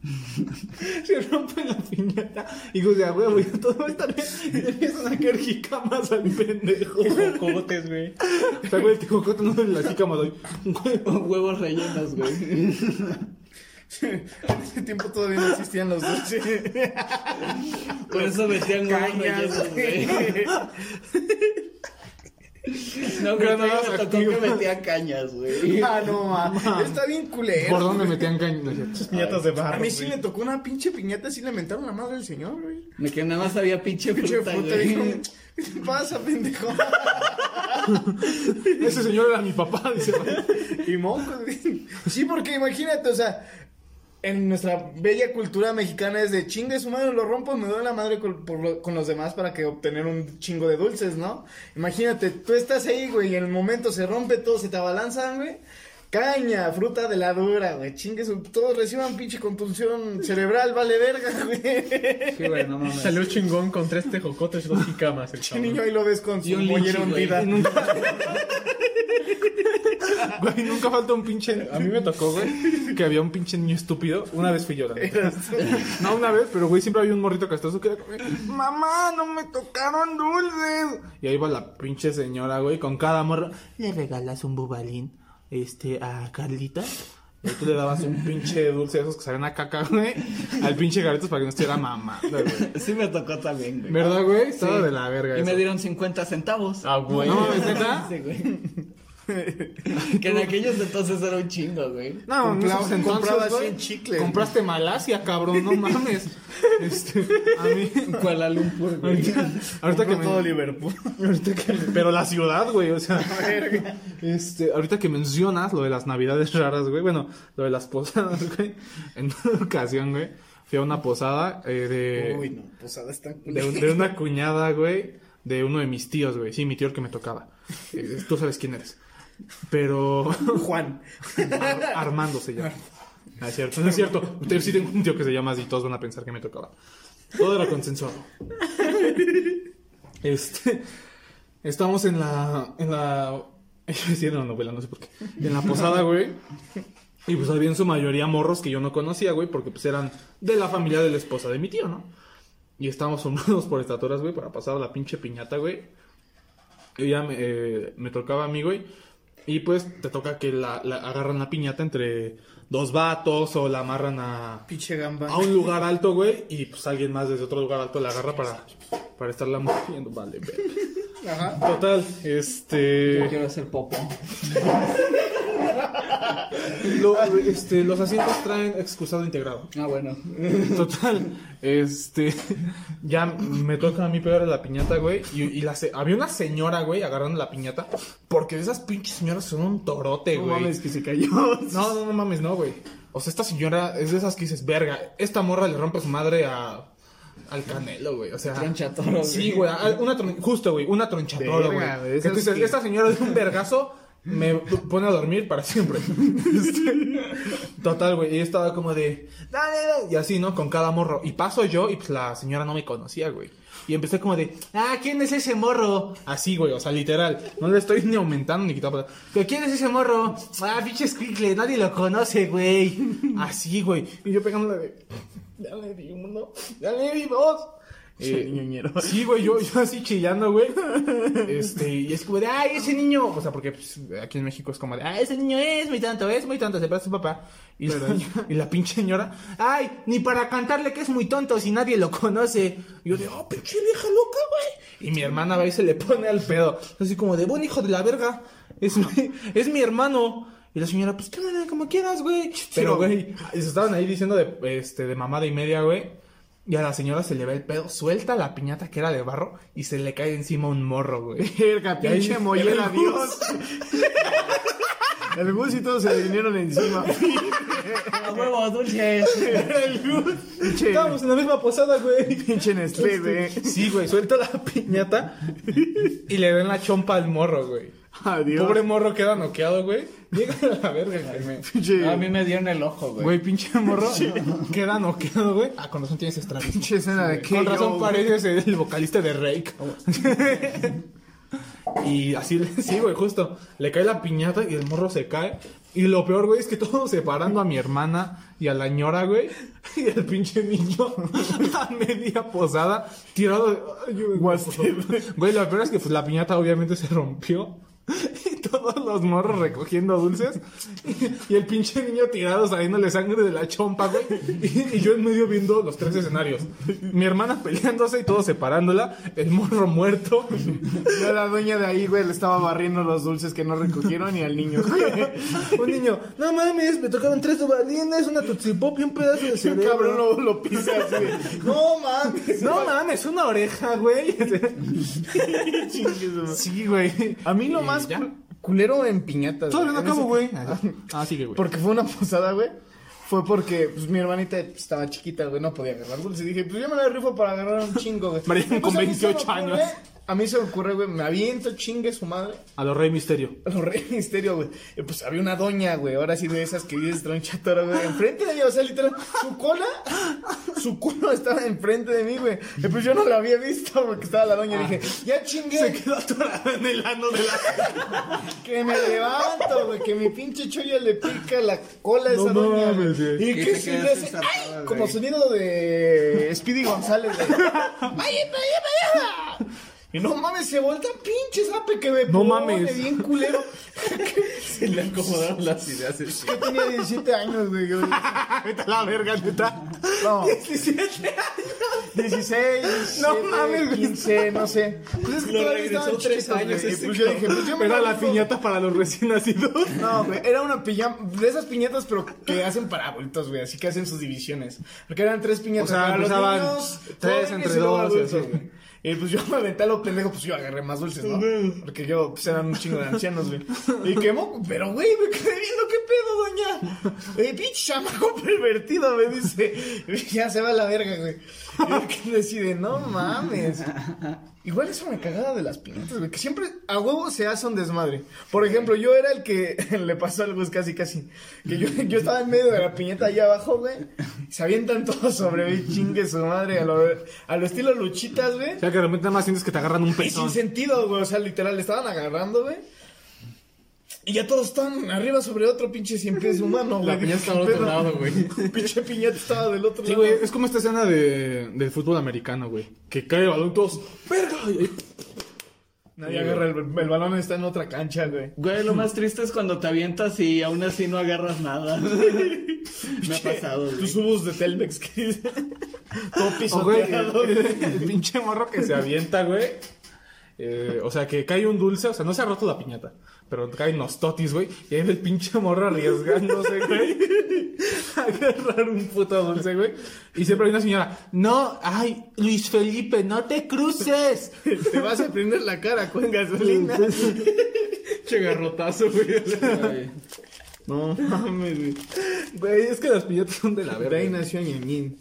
Speaker 2: Se rompen la piñata. Y digo, ya, güey, ya todo está bien. Y le empiezan a caer jicamas al pendejo.
Speaker 4: Cogotes, güey.
Speaker 2: O sea, güey, te cocotas no de las jicamas, güey. Güey,
Speaker 5: Huevos rellenos, güey.
Speaker 3: En ese tiempo todavía no existían los dulces.
Speaker 5: Por eso metían huevos rellenos, güey. No, güey,
Speaker 2: Granadas
Speaker 5: todavía me tocó que
Speaker 2: activas.
Speaker 5: metían cañas, güey.
Speaker 3: Ah, no, mames. Está bien culero.
Speaker 2: ¿Por dónde metían cañas?
Speaker 4: Piñatas de barro.
Speaker 3: A mí sí
Speaker 4: güey.
Speaker 3: le tocó una pinche piñata, sí le mentaron la madre al señor, güey.
Speaker 5: Me que nada más había pinche
Speaker 3: Pinche
Speaker 5: fruta,
Speaker 3: puta, dijo,
Speaker 5: güey.
Speaker 3: ¿qué te pasa, pendejo?
Speaker 2: Ese señor era mi papá, dice.
Speaker 3: Y mocos, güey. Sí, porque imagínate, o sea, en nuestra bella cultura mexicana es de chingue su madre, lo rompo, me doy la madre con, por lo- con los demás para que obtener un chingo de dulces, ¿no? Imagínate, tú estás ahí, güey, y en el momento se rompe todo, se te abalanzan, güey. Caña, fruta de la dura, güey, chingue su... Todos reciban pinche contusión cerebral, vale verga, güey.
Speaker 5: Sí, güey, no mames.
Speaker 4: Salió chingón con tres tejocotes y dos jicamas. El
Speaker 3: El
Speaker 4: cabrón.
Speaker 3: niño ahí lo ves con su
Speaker 5: Y un
Speaker 3: mollera
Speaker 5: linchi, güey.
Speaker 3: hundida.
Speaker 2: Güey, nunca falta un pinche. A mí me tocó, güey, que había un pinche niño estúpido. Una vez fui yo, la neta. No, una vez, pero güey, siempre había un morrito castroso que era como, mamá, no me tocaron dulces. Y ahí va la pinche señora, güey, con cada morro. Le regalas un bubalín, este, a Carlita. Y tú le dabas un pinche dulce de esos que salen a caca, güey, al pinche Garitos para que no estuviera mamá, güey.
Speaker 5: Sí me tocó también, güey.
Speaker 2: ¿Verdad, güey? Estaba
Speaker 5: Sí.
Speaker 2: de la verga.
Speaker 5: Y me
Speaker 2: eso.
Speaker 5: dieron 50 centavos.
Speaker 4: Ah, güey.
Speaker 2: No mames, neta.
Speaker 5: Sí, güey. que en aquellos entonces era un chingo, güey.
Speaker 2: No, no
Speaker 3: Compra-
Speaker 2: esos entonces,
Speaker 3: comprabas
Speaker 2: güey,
Speaker 3: cien chicles.
Speaker 2: Compraste Malasia, cabrón, no mames. Este, a mí.
Speaker 5: Kuala Lumpur, güey.
Speaker 2: Ahorita que
Speaker 3: Compró todo
Speaker 2: me,
Speaker 3: Liverpool.
Speaker 2: ahorita que me- pero la ciudad, güey, o sea, este, ahorita que mencionas lo de las navidades raras, güey, bueno, lo de las posadas, güey, en una ocasión, güey, fui a una posada eh, de,
Speaker 3: Uy, no, posada está
Speaker 2: de, un- de una cuñada, güey, de uno de mis tíos, güey, sí, mi tío el que me tocaba, Eh, tú sabes quién eres, pero
Speaker 3: Juan.
Speaker 2: Ar- Armando se llama. No es cierto, no es cierto. Ustedes sí tengo un tío que se llama así, todos van a pensar que me tocaba. Todo era consensuado. Este. Estamos en la. En la. Sí, en la novela, no sé por qué. En la posada, güey. Y pues había en su mayoría morros que yo no conocía, güey, porque pues eran de la familia de la esposa de mi tío, ¿no? Y estábamos sumados por estaturas, güey, para pasar a la pinche piñata, güey. Y ya me, eh, me tocaba a mí, güey. Y pues te toca que la, la- agarran la piñata entre dos vatos o la amarran a,
Speaker 3: Pinche gamba.
Speaker 2: a un lugar alto, güey. Y pues alguien más desde otro lugar alto la agarra para, para estarla moviendo. Vale, verga.
Speaker 3: Ajá.
Speaker 2: Total,
Speaker 5: Yo
Speaker 2: este,
Speaker 5: quiero hacer popo.
Speaker 2: lo- este. Los asientos traen excusado integrado.
Speaker 5: Ah, bueno.
Speaker 2: Total, este, ya me toca a mí pegar la piñata, güey, y, y la se- había una señora, güey, agarrando la piñata, porque esas pinches señoras son un torote,
Speaker 3: No
Speaker 2: güey.
Speaker 3: mames, que se cayó.
Speaker 2: No, no, no mames, no, güey. O sea, esta señora es de esas que dices, verga, esta morra le rompe su madre a, al canelo, güey, o sea.
Speaker 5: Tronchatoro, güey.
Speaker 2: Ah. Sí, güey, a- una tron- justo, güey, una tronchatoro, güey.
Speaker 3: Verga,
Speaker 2: Que
Speaker 3: güey,
Speaker 2: tú
Speaker 3: esas
Speaker 2: dices,
Speaker 3: que-
Speaker 2: esta señora de un vergazo me pone a dormir para siempre. Este, Total, güey, ella estaba como de, dale, dale, y así, ¿no? Con cada morro. Y paso yo y pues la señora no me conocía, güey. Y empecé como de, ah, ¿quién es ese morro? Así, güey, o sea, literal. No le estoy ni aumentando ni quitando. Pero ¿quién es ese morro? Ah, pinche squinkle, nadie lo conoce, güey. Así, güey. Y yo pegándole de, dale di uno, dale di dos. Eh, Sí, güey, yo, yo así chillando, güey. Este, y es como de, ay, ese niño. O sea, porque pues, aquí en México es como de, ay, ese niño es muy tanto, es muy tanto, se pasa su papá. Y, la, y la pinche señora, ay, ni para cantarle que es muy tonto si nadie lo conoce. Y yo de, oh, pinche vieja loca, güey. Y mi hermana va y se le pone al pedo. Así como de, buen hijo de la verga, es mi, es mi hermano. Y la señora, pues, qué como quieras, güey. Pero, güey, se estaban ahí diciendo de, este, de mamada y media, güey. Y a la señora se le ve el pedo, suelta la piñata que era de barro y se le cae encima un morro, güey.
Speaker 3: Verga,
Speaker 2: Y ahí-
Speaker 3: pinche mollera,
Speaker 2: el
Speaker 3: Dios. El bus y todos se le vinieron encima.
Speaker 5: A huevos, dulces.
Speaker 3: Pinche,
Speaker 2: Estábamos en la misma posada, güey.
Speaker 3: pinche Nestlé,
Speaker 2: Este,
Speaker 3: güey.
Speaker 2: Sí, güey, suelta la piñata y le den la chompa al morro, güey.
Speaker 3: Adiós.
Speaker 2: Pobre morro queda noqueado, güey. Llega a la verga, Jaime.
Speaker 3: pinche,
Speaker 5: A mí me dio en el ojo, güey.
Speaker 2: Güey, pinche morro queda noqueado, güey. Ah, con razón tienes estragos.
Speaker 3: pinche escena de que
Speaker 2: Con razón pareces el vocalista de Rake. y así, le- sí, güey, justo. Le cae la piñata y el morro se cae. Y lo peor, güey, es que todos separando a mi hermana y a la ñora, güey. Y el pinche niño a media posada, tirado. Ay, güey, Güey, lo peor es que pues, la piñata obviamente se rompió. Y todos los morros recogiendo dulces. Y, y el pinche niño tirado saliéndole sangre de la chompa, güey. Y, y yo en medio viendo los tres escenarios. Mi hermana peleándose y todos separándola. El morro muerto.
Speaker 3: Yo la dueña de ahí, güey, le estaba barriendo los dulces que no recogieron y al niño, güey.
Speaker 2: Un niño, no mames, me tocaron tres tubalines, una tutsipop y un pedazo de
Speaker 3: Un
Speaker 2: cerebro.
Speaker 3: cabrón lo, lo pisa así. de, No mames.
Speaker 2: No mames, una oreja, güey.
Speaker 3: Chingue su madre.
Speaker 2: Sí, güey.
Speaker 3: A mí lo
Speaker 2: Y
Speaker 3: más
Speaker 2: ya.
Speaker 3: cul- culero en piñatas.
Speaker 2: Todavía no
Speaker 3: güey, en
Speaker 2: acabo,
Speaker 3: ese-
Speaker 2: güey. Ah, ya. Ah, sigue, güey.
Speaker 3: Porque fue una posada, güey. Fue porque pues, mi hermanita estaba chiquita, güey, no podía agarrar dulce. Dije, pues yo me la rifo para agarrar un chingo, güey.
Speaker 2: Mariana,
Speaker 3: Pues,
Speaker 2: con
Speaker 3: a mí se me
Speaker 2: 28 años.
Speaker 3: ocurre a mí se me ocurre, güey, me aviento, chingue su madre.
Speaker 2: A los Rey Misterio.
Speaker 3: Los Rey Misterio, güey. Eh, Pues había una doña, güey. Ahora sí de esas que vives tronchatoro, güey. Enfrente de mí, o sea, literal, su cola, su culo estaba enfrente de mí, güey. Eh, Pues yo no la había visto porque estaba la doña. Y dije, ya chingue. Se quedó atorada en el ano de la. que me levanto, güey. Que mi pinche cholla le pica la cola a
Speaker 2: No
Speaker 3: esa doña.
Speaker 2: mames,
Speaker 3: güey.
Speaker 2: güey.
Speaker 3: y
Speaker 5: Que
Speaker 3: que
Speaker 5: se
Speaker 3: si
Speaker 5: queda
Speaker 3: le hace,
Speaker 5: sentada,
Speaker 3: ¡ay!
Speaker 5: güey.
Speaker 3: Como sonido de Speedy González, güey. ¡Vaya, vaya, vaya! Y no mames, se volta pinche sape que me
Speaker 2: No
Speaker 3: pone
Speaker 2: mames.
Speaker 3: bien culero.
Speaker 4: Se le acomodaron las ideas.
Speaker 3: Yo tenía 17 años, güey. yo-
Speaker 2: Vete a la verga, neta.
Speaker 3: No. 16, 17,
Speaker 2: No mames, güey.
Speaker 3: 15, no sé. Pues es que
Speaker 4: Lo
Speaker 3: todavía
Speaker 4: regresó
Speaker 3: estaban
Speaker 4: tres
Speaker 3: chiquitos,
Speaker 4: años
Speaker 3: güey.
Speaker 4: ese
Speaker 3: Pues yo dije, pues yo me
Speaker 2: Era la
Speaker 3: lanzo.
Speaker 2: piñata para los recién nacidos.
Speaker 3: No, güey, era una piñata, de esas piñatas, pero que hacen para adultos, güey, así que hacen sus divisiones. Porque eran tres piñatas
Speaker 2: O sea,
Speaker 3: para los
Speaker 2: empezaban
Speaker 3: niños,
Speaker 2: tres
Speaker 3: jóvenes
Speaker 2: entre
Speaker 3: y luego
Speaker 2: dos, y
Speaker 3: adultos,
Speaker 2: así.
Speaker 3: güey. Y pues yo me aventé a lo pendejo, pues yo agarré más dulces, ¿no? Porque yo, pues eran un chingo de ancianos, güey. Y quemó, pero güey, me quedé viendo, ¿qué pedo, doña? Eh, pinche chamaco pervertido, me dice. Ya se va a la verga, güey. Y yo que decide, no mames. Igual es una cagada de las piñatas, güey, que siempre a huevo se hace un desmadre. Por ejemplo, yo era el que le pasó al Gus casi casi. Que yo, yo estaba en medio de la piñata allá abajo, güey. y Se avientan todos sobre mí, chingue su madre, a lo, a lo estilo luchitas, güey.
Speaker 2: O sea, que de repente nada más sientes que te agarran un
Speaker 3: Y
Speaker 2: peso.
Speaker 3: sin sentido, güey, o sea, literal, le estaban agarrando, güey. Y ya todos estaban arriba sobre otro pinche cien pies humano, güey.
Speaker 4: La piñata
Speaker 3: Dije,
Speaker 4: estaba
Speaker 3: "¿Qué
Speaker 4: al otro
Speaker 3: pedo?".
Speaker 4: lado, güey.
Speaker 3: Pinche piñata estaba del otro
Speaker 2: Sí,
Speaker 3: lado.
Speaker 2: güey, es como esta escena de, del fútbol americano, güey. Que cae el balón todos. ¡Verga! Y ahí,
Speaker 3: Nadie agarra el, el balón, está en otra cancha, güey.
Speaker 5: Güey, lo más triste es cuando te avientas y aún así no agarras nada. Me ha pasado,
Speaker 3: Tus
Speaker 5: güey.
Speaker 3: subos de Telmex que todo
Speaker 2: o, güey,
Speaker 3: pisoteado.
Speaker 2: el, el pinche morro que se avienta, güey. Eh, o sea, que cae un dulce, o sea, no se ha roto la piñata, pero caen los totis, güey. Y ahí ve el pinche morro arriesgándose, güey. a Agarrar un puto dulce, güey. Y siempre hay una señora, no, ay, Luis Felipe, no te cruces.
Speaker 3: Te vas a prender la cara con gasolina.
Speaker 4: Che garrotazo, güey.
Speaker 5: Güey.
Speaker 3: No mames, güey.
Speaker 2: Güey, es que las piñatas son de la
Speaker 3: Pero ahí
Speaker 2: verga.
Speaker 3: nació Ñañín.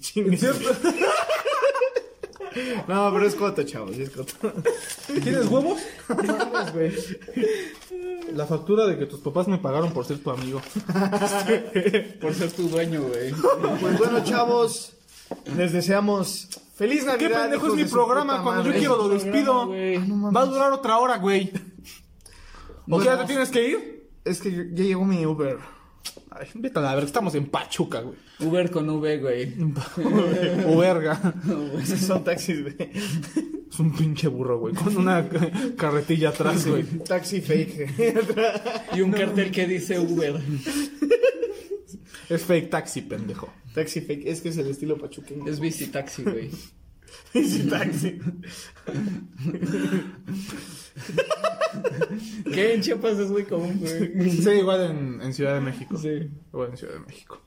Speaker 3: No, pero es coto, chavos, es coto.
Speaker 2: ¿Tienes huevos? güey. La factura de que tus papás me pagaron por ser tu amigo.
Speaker 5: Por ser tu dueño, güey.
Speaker 3: Pues bueno, chavos, les deseamos feliz Navidad.
Speaker 2: ¿Qué pendejo es
Speaker 3: hijos
Speaker 2: mi
Speaker 3: de su
Speaker 2: programa?
Speaker 3: puta
Speaker 2: Cuando yo
Speaker 3: madre.
Speaker 2: quiero lo despido.
Speaker 5: güey.
Speaker 2: Va a durar otra hora, güey. ¿O ya te tienes que ir?
Speaker 3: Es que ya llegó mi Uber.
Speaker 2: Ay, vete a la verga, estamos en Pachuca, güey.
Speaker 5: Uber con V, güey.
Speaker 2: O verga.
Speaker 3: Esos son taxis, güey.
Speaker 2: Es un pinche burro, güey. Con una ca- carretilla atrás, güey.
Speaker 3: Taxi fake.
Speaker 5: Y un cartel que dice Uber.
Speaker 2: Es fake taxi, pendejo.
Speaker 3: Taxi fake, es que es el estilo pachuqueño.
Speaker 5: Es bici taxi, güey.
Speaker 3: Easy taxi.
Speaker 5: ¿Qué en Chiapas es muy común, güey?
Speaker 2: Sí, igual en, en Ciudad de México.
Speaker 5: Sí.
Speaker 2: Igual en Ciudad de México.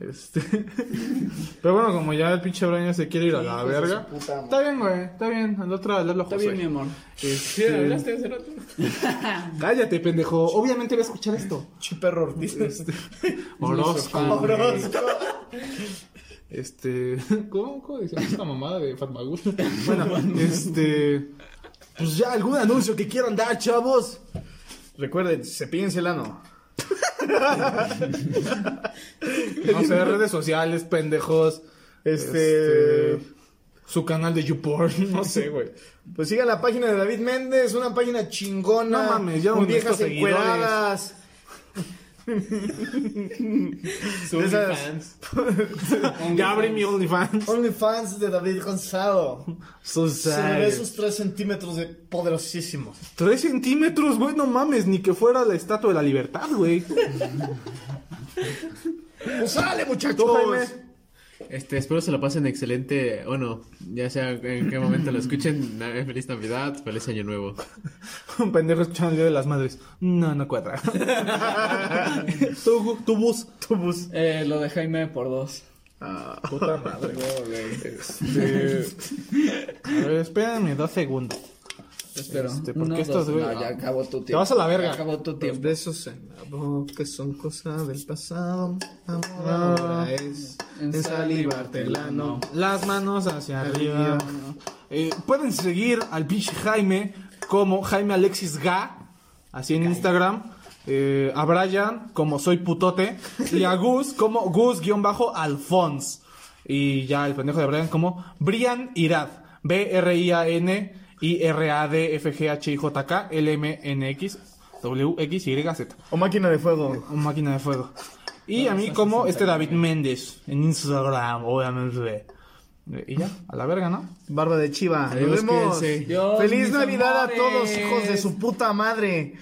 Speaker 2: Este. Pero bueno, como ya el pinche Brian se quiere ir a la verga. Está bien, güey. Está bien. Al otro le hablo a
Speaker 5: Está
Speaker 2: José.
Speaker 5: bien, mi amor.
Speaker 2: Este,
Speaker 4: Sí, ¿hablaste hace rato?
Speaker 2: Cállate, pendejo. Obviamente voy a escuchar esto.
Speaker 3: Chiperro Ortiz.
Speaker 2: Orozco.
Speaker 5: Orozco.
Speaker 2: Este. ¿Cómo, cómo decíamos esta mamada de Farmagul? Bueno, este. Pues ya, algún anuncio que quieran dar, chavos.
Speaker 3: Recuerden, cepillense el ano.
Speaker 2: No sé, redes sociales, pendejos.
Speaker 3: Este-
Speaker 2: su canal de YouPorn, no sé, güey.
Speaker 3: Pues sigan la página de David Méndez, una página
Speaker 2: No
Speaker 3: chingona.
Speaker 2: mames, ya
Speaker 3: con
Speaker 2: donde
Speaker 3: viejas
Speaker 2: estos seguidores.
Speaker 3: encueradas. De esas-
Speaker 4: fans.
Speaker 2: Ya abrí mi OnlyFans.
Speaker 3: OnlyFans de David Gonzalo. Se le ve
Speaker 2: Susana.
Speaker 3: sus 3 centímetros de poderosísimo.
Speaker 2: Tres centímetros, güey, no mames, ni que fuera la estatua de la libertad, güey.
Speaker 3: Pues sale,
Speaker 2: Tú,
Speaker 3: muchachos.
Speaker 2: Jaime.
Speaker 4: Este, espero se la pasen excelente. Bueno, ya sea en qué momento lo escuchen. na- Feliz Navidad, feliz Año Nuevo.
Speaker 2: Un pendejo escuchando el día de las madres. No, no cuadra. tu, tu bus. Tu bus.
Speaker 5: Eh, lo de Jaime por dos.
Speaker 2: Puta madre.
Speaker 5: Luego, güey.
Speaker 2: A ver, espérame dos segundos.
Speaker 5: Te espero.
Speaker 2: Este, ¿por
Speaker 5: Uno,
Speaker 2: qué estás, Pues
Speaker 5: dos.
Speaker 2: güey?
Speaker 5: No, ya acabó tu tiempo.
Speaker 2: vas a la verga.
Speaker 5: Ya acabó tu
Speaker 3: Los
Speaker 5: tiempo.
Speaker 3: besos en la boca son cosa del pasado. Amor
Speaker 2: Ah.
Speaker 3: ahora es
Speaker 5: En
Speaker 3: ensalivarte el ano.
Speaker 2: Las manos hacia arriba. Eh, pueden seguir al pinche Jaime como Jaime Alexis Ga, así en Instagram. Eh, a Brian como Soy Putote. Y a Gus como Gus-Alfons. Y ya el pendejo de Brian como Brian Irad. B-R-I-A-N-I-R-A-D-F-G-H-I-J-K-L-M-N-X-W-X-Y-Z.
Speaker 6: O máquina de fuego.
Speaker 2: O máquina de fuego. Y a mí como este David Méndez en Instagram, obviamente. Eh, Y ya, a la verga, ¿no?
Speaker 6: Barba de chiva.
Speaker 3: Adiós,
Speaker 6: Nos vemos.
Speaker 3: quédense.
Speaker 5: Dios,
Speaker 6: Feliz
Speaker 5: mis
Speaker 6: Navidad a
Speaker 5: amores.
Speaker 6: todos, hijos de su puta madre.